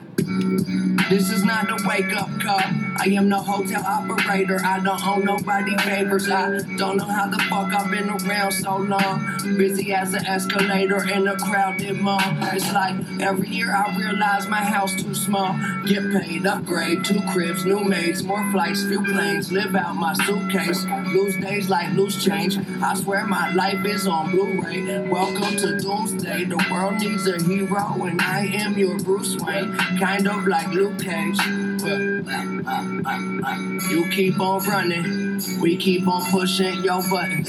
S: This is not a wake up call. I am the hotel operator. I don't owe nobody favors. I don't know how the fuck I've been around so long. Busy as an escalator in a crowded mall. It's like every year I realize my house too small. Get paid, upgrade, two cribs, new maids, more flights, few planes. Live out my suitcase. Lose days like loose change. I swear my life is on Blu ray. Welcome to Doomsday. The world needs a hero, and I am your Bruce Wayne. Kind of like Luke Cage. But, uh, uh, uh, uh, you keep on running. We keep on pushing your buttons.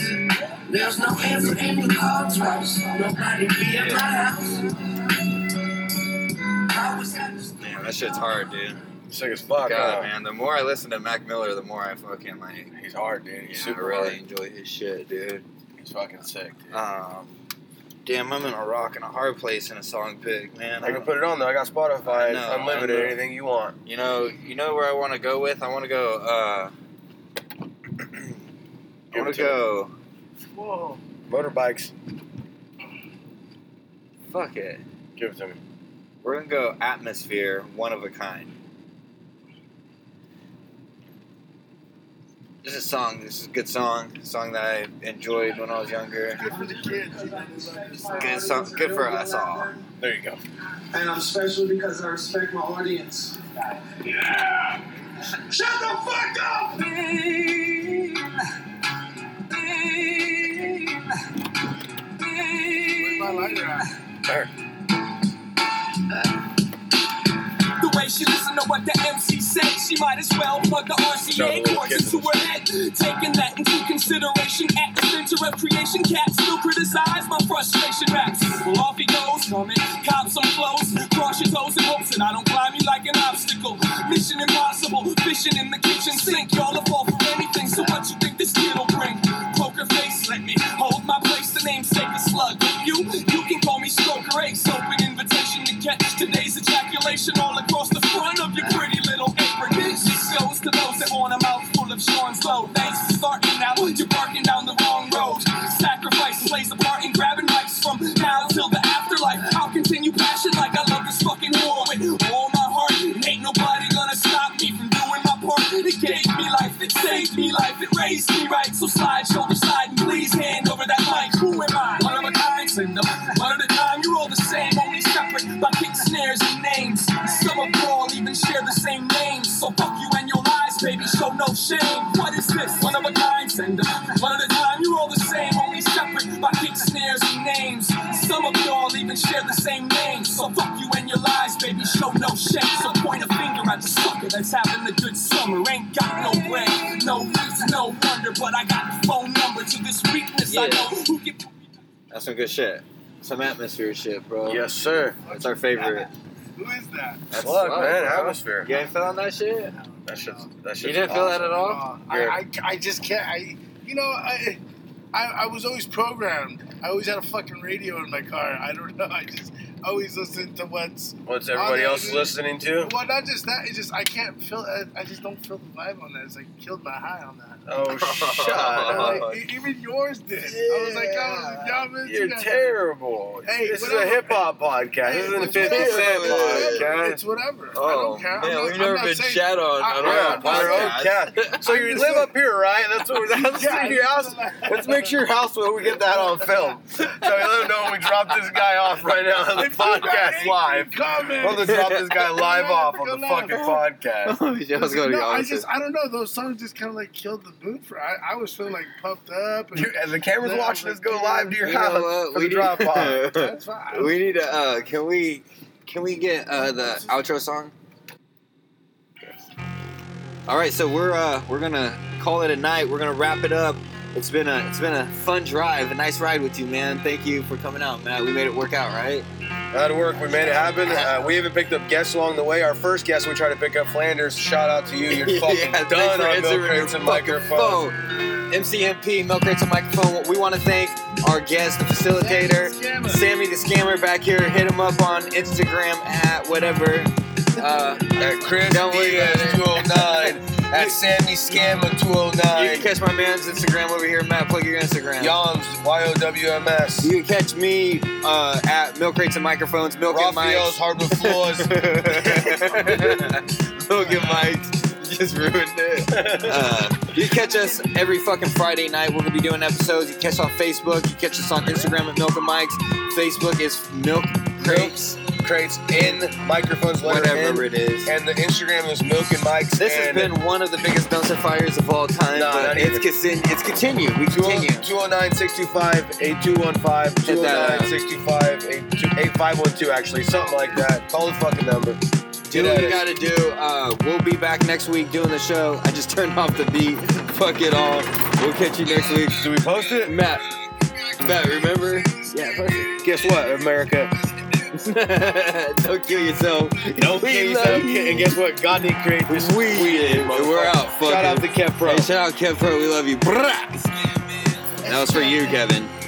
S: There's no answer in the call drops. Nobody be at my house. I was at the
K: Man, that shit's hard, dude.
L: Sick as fuck.
K: God,
L: huh?
K: man. The more I listen to Mac Miller, the more I fucking like.
L: He's hard, dude. He's
K: Yeah, I
L: super
K: really
L: hard.
K: enjoy his shit, dude.
L: He's fucking sick. Dude.
K: Um, damn, I'm in a rock and a hard place in a song pick, man.
L: I
K: I
L: can put it on though. I got Spotify,
K: I know,
L: unlimited,
K: I know.
L: anything you want.
K: You know, you know where I want to go with. I want to go. Uh, I
L: Give it
K: want to
L: to
K: go.
G: Whoa.
L: Motorbikes,
K: Fuck it.
L: give it to me.
K: We're gonna go atmosphere, one of a kind. This is a song. This is a good song. A song that I enjoyed when I was younger.
G: Good for the kids. you know, they love this song.
K: Good song. Good for us all.
L: There you go.
T: And I'm special because I respect my audience. Shut the fuck up! Babe, babe, babe.
G: My lighter out.
L: There.
S: The way she listened to what the MC said, she might as well plug the
L: Shout out
S: RCA
L: to the
S: course into her head. Taking that into consideration at the center of creation, cats still criticize my frustration raps. Well, off he goes, coming, cop some flows, cross your toes and hopes that I don't climb you like an obstacle. Mission impossible, fishing in the kitchen sink. Y'all are fall for anything, so what you think this kid'll bring? Poker face, let me hold my place. The namesake is slug. You, you can call me Stroker Ace. Open invitation to catch today's ejaculation all across the front of your pretty little apron. She shows to those that want a mouthful of Sean's low. Thanks for starting out. You're barking down the wrong road. Sacrifice plays a part in grabbing mics from now till the afterlife. I'll continue passion like I love this fucking war with all my heart. Ain't nobody gonna stop me from doing my part. It gave me life, it saved me life, it raised me right. So slide shoulder side and please hand over that mic. Who am I? One of a kind, send them. One at a time, you're all the same, only separate by kick snares and names. Some of you all even share the same names. So fuck you and your lies, baby, show no shame. What is this? One of a kind, send them. One at a time, you're all the same, only separate by kick snares and names. Some of you all even share the same names. So fuck you and your lies, baby, show no shame. So point a finger at the sucker that's having a good summer. Ain't got no brain, no reason, no wonder. But I got the phone number to this weakness I
K: Yeah.
S: know. Who can
K: That's some good shit. Some atmosphere shit, bro.
L: Yes, sir.
K: That's our favorite.
G: Who is that?
K: That's
L: Fuck, man,
K: bro.
L: atmosphere.
K: You ain't feeling that shit?
L: That shit's that shit's
K: You didn't feel that at all?
G: Uh, I, I, I just can't. I, you know, I, I, I was always programmed. I always had a fucking radio in my car. I don't know. I just always listened to what's.
L: What's everybody
G: Oh,
L: else
G: dude.
L: listening to?
G: Well, not just that. It's just I can't feel. I, I just don't feel the vibe on that. It's like killed my high on that.
L: Oh, shut
G: And,
L: up.
G: like, e- even yours did. I was like, oh, y'all been
L: Uh-huh. You're
G: together.
L: terrible.
G: Hey,
L: this is a
G: whatever.
L: hip hop podcast.
G: Hey,
L: This isn't a
G: it's
L: 50
G: whatever.
L: Cent
G: It's whatever.
L: podcast.
G: It's whatever. I
K: Oh,
G: don't care. I'm
K: man,
G: not-
K: we've
G: I'm
K: never
G: not
K: been
G: saying-
K: shat
G: I-
K: on on
G: I-
K: our
G: I'm not
L: Our own
K: podcast.
L: cat. So you
G: I'm
L: live
G: just-
L: up here, right? That's what we're. That's
G: Yeah,
L: your house. Let's make sure your house where we get that on film. So we let them know when we drop this guy off right now on the
G: If you got
L: podcast
G: angry
L: live.
G: Comments.
L: We're gonna drop this guy live off on the fucking podcast.
K: I was going
G: no,
K: to be
G: I
K: honest.
G: just I don't know. Those songs just kind of like killed the mood for. I, I was feeling like pumped up. And,
L: Dude, and the camera's
G: Yeah,
L: watching
G: I'm
L: us
G: like,
L: go live to your
K: You know
L: house
K: what?
L: for
K: We
L: the drop off.
K: need-
G: that's fine.
K: we need to. Uh, can we? Can we get uh, the outro song? All right, so we're uh, we're gonna call it a night. We're gonna wrap it up. It's been a it's been a fun drive, a nice ride with you, man. Thank you for coming out, Matt. We made it work out, right?
L: That'd work. We made it happen. Uh, we even picked up guests along the way. Our first guest, we tried to pick up Flanders. Shout out to you. You're fucking
K: Yeah, thanks
L: done
K: for
L: on milk
K: answering your
L: crates and
K: fucking
L: microphones.
K: phone. MCMP, Milk Crates and Microphone. We want to thank our guest, the facilitator, Sammy the Scammer back here. Hit him up on Instagram at whatever. Uh,
L: Chris
K: don't worry about
L: Diaz,
K: it.
L: 209. At Sammy Scammer 209.
K: uh, You can catch my man's Instagram over here. Matt, plug your Instagram.
L: Yawns, Y-O-W-M-S.
K: You can catch me uh, at Milk Crates and Microphones, Milk
L: Raphael's
K: and Mike's. Hardwood Floors. Milk and Mike's. You Just ruined it. Uh, you can catch us every fucking Friday night. We're going to be doing episodes. You can catch us on Facebook. You can catch us on Instagram at Milk and Mike's. Facebook is Milk Crates.
L: Crates in microphones, letter
K: Whatever it
L: N.
K: is.
L: And the Instagram is Milk and Mike's.
K: This has
L: and
K: been one of the biggest dumpster fires of all time.
L: Nah,
K: but
L: not
K: it's,
L: even.
K: continu- it's continued. We
L: oh-
K: continue.
L: 209 625 8215.
K: Hit that up.
L: 209 625 8512, actually. Something like that. Call the fucking number.
K: Do what
L: Get at
K: you
L: us.
K: gotta do. Uh, we'll be back next week doing the show. I just turned off the beat. Fuck it all. We'll catch you next week.
L: Do we post it?
K: Matt. Matt, remember? Yeah, post it.
L: Guess what, America?
K: Don't kill yourself.
L: Don't
K: We
L: kill
K: love
L: yourself.
K: you.
L: And guess what? God didn't create this.
K: We did. And we're out.
L: Shout
K: fucking-
L: out to Kev Pro.
K: Hey, shout out Kev Pro. We love you. Brah! That was for you, Kevin.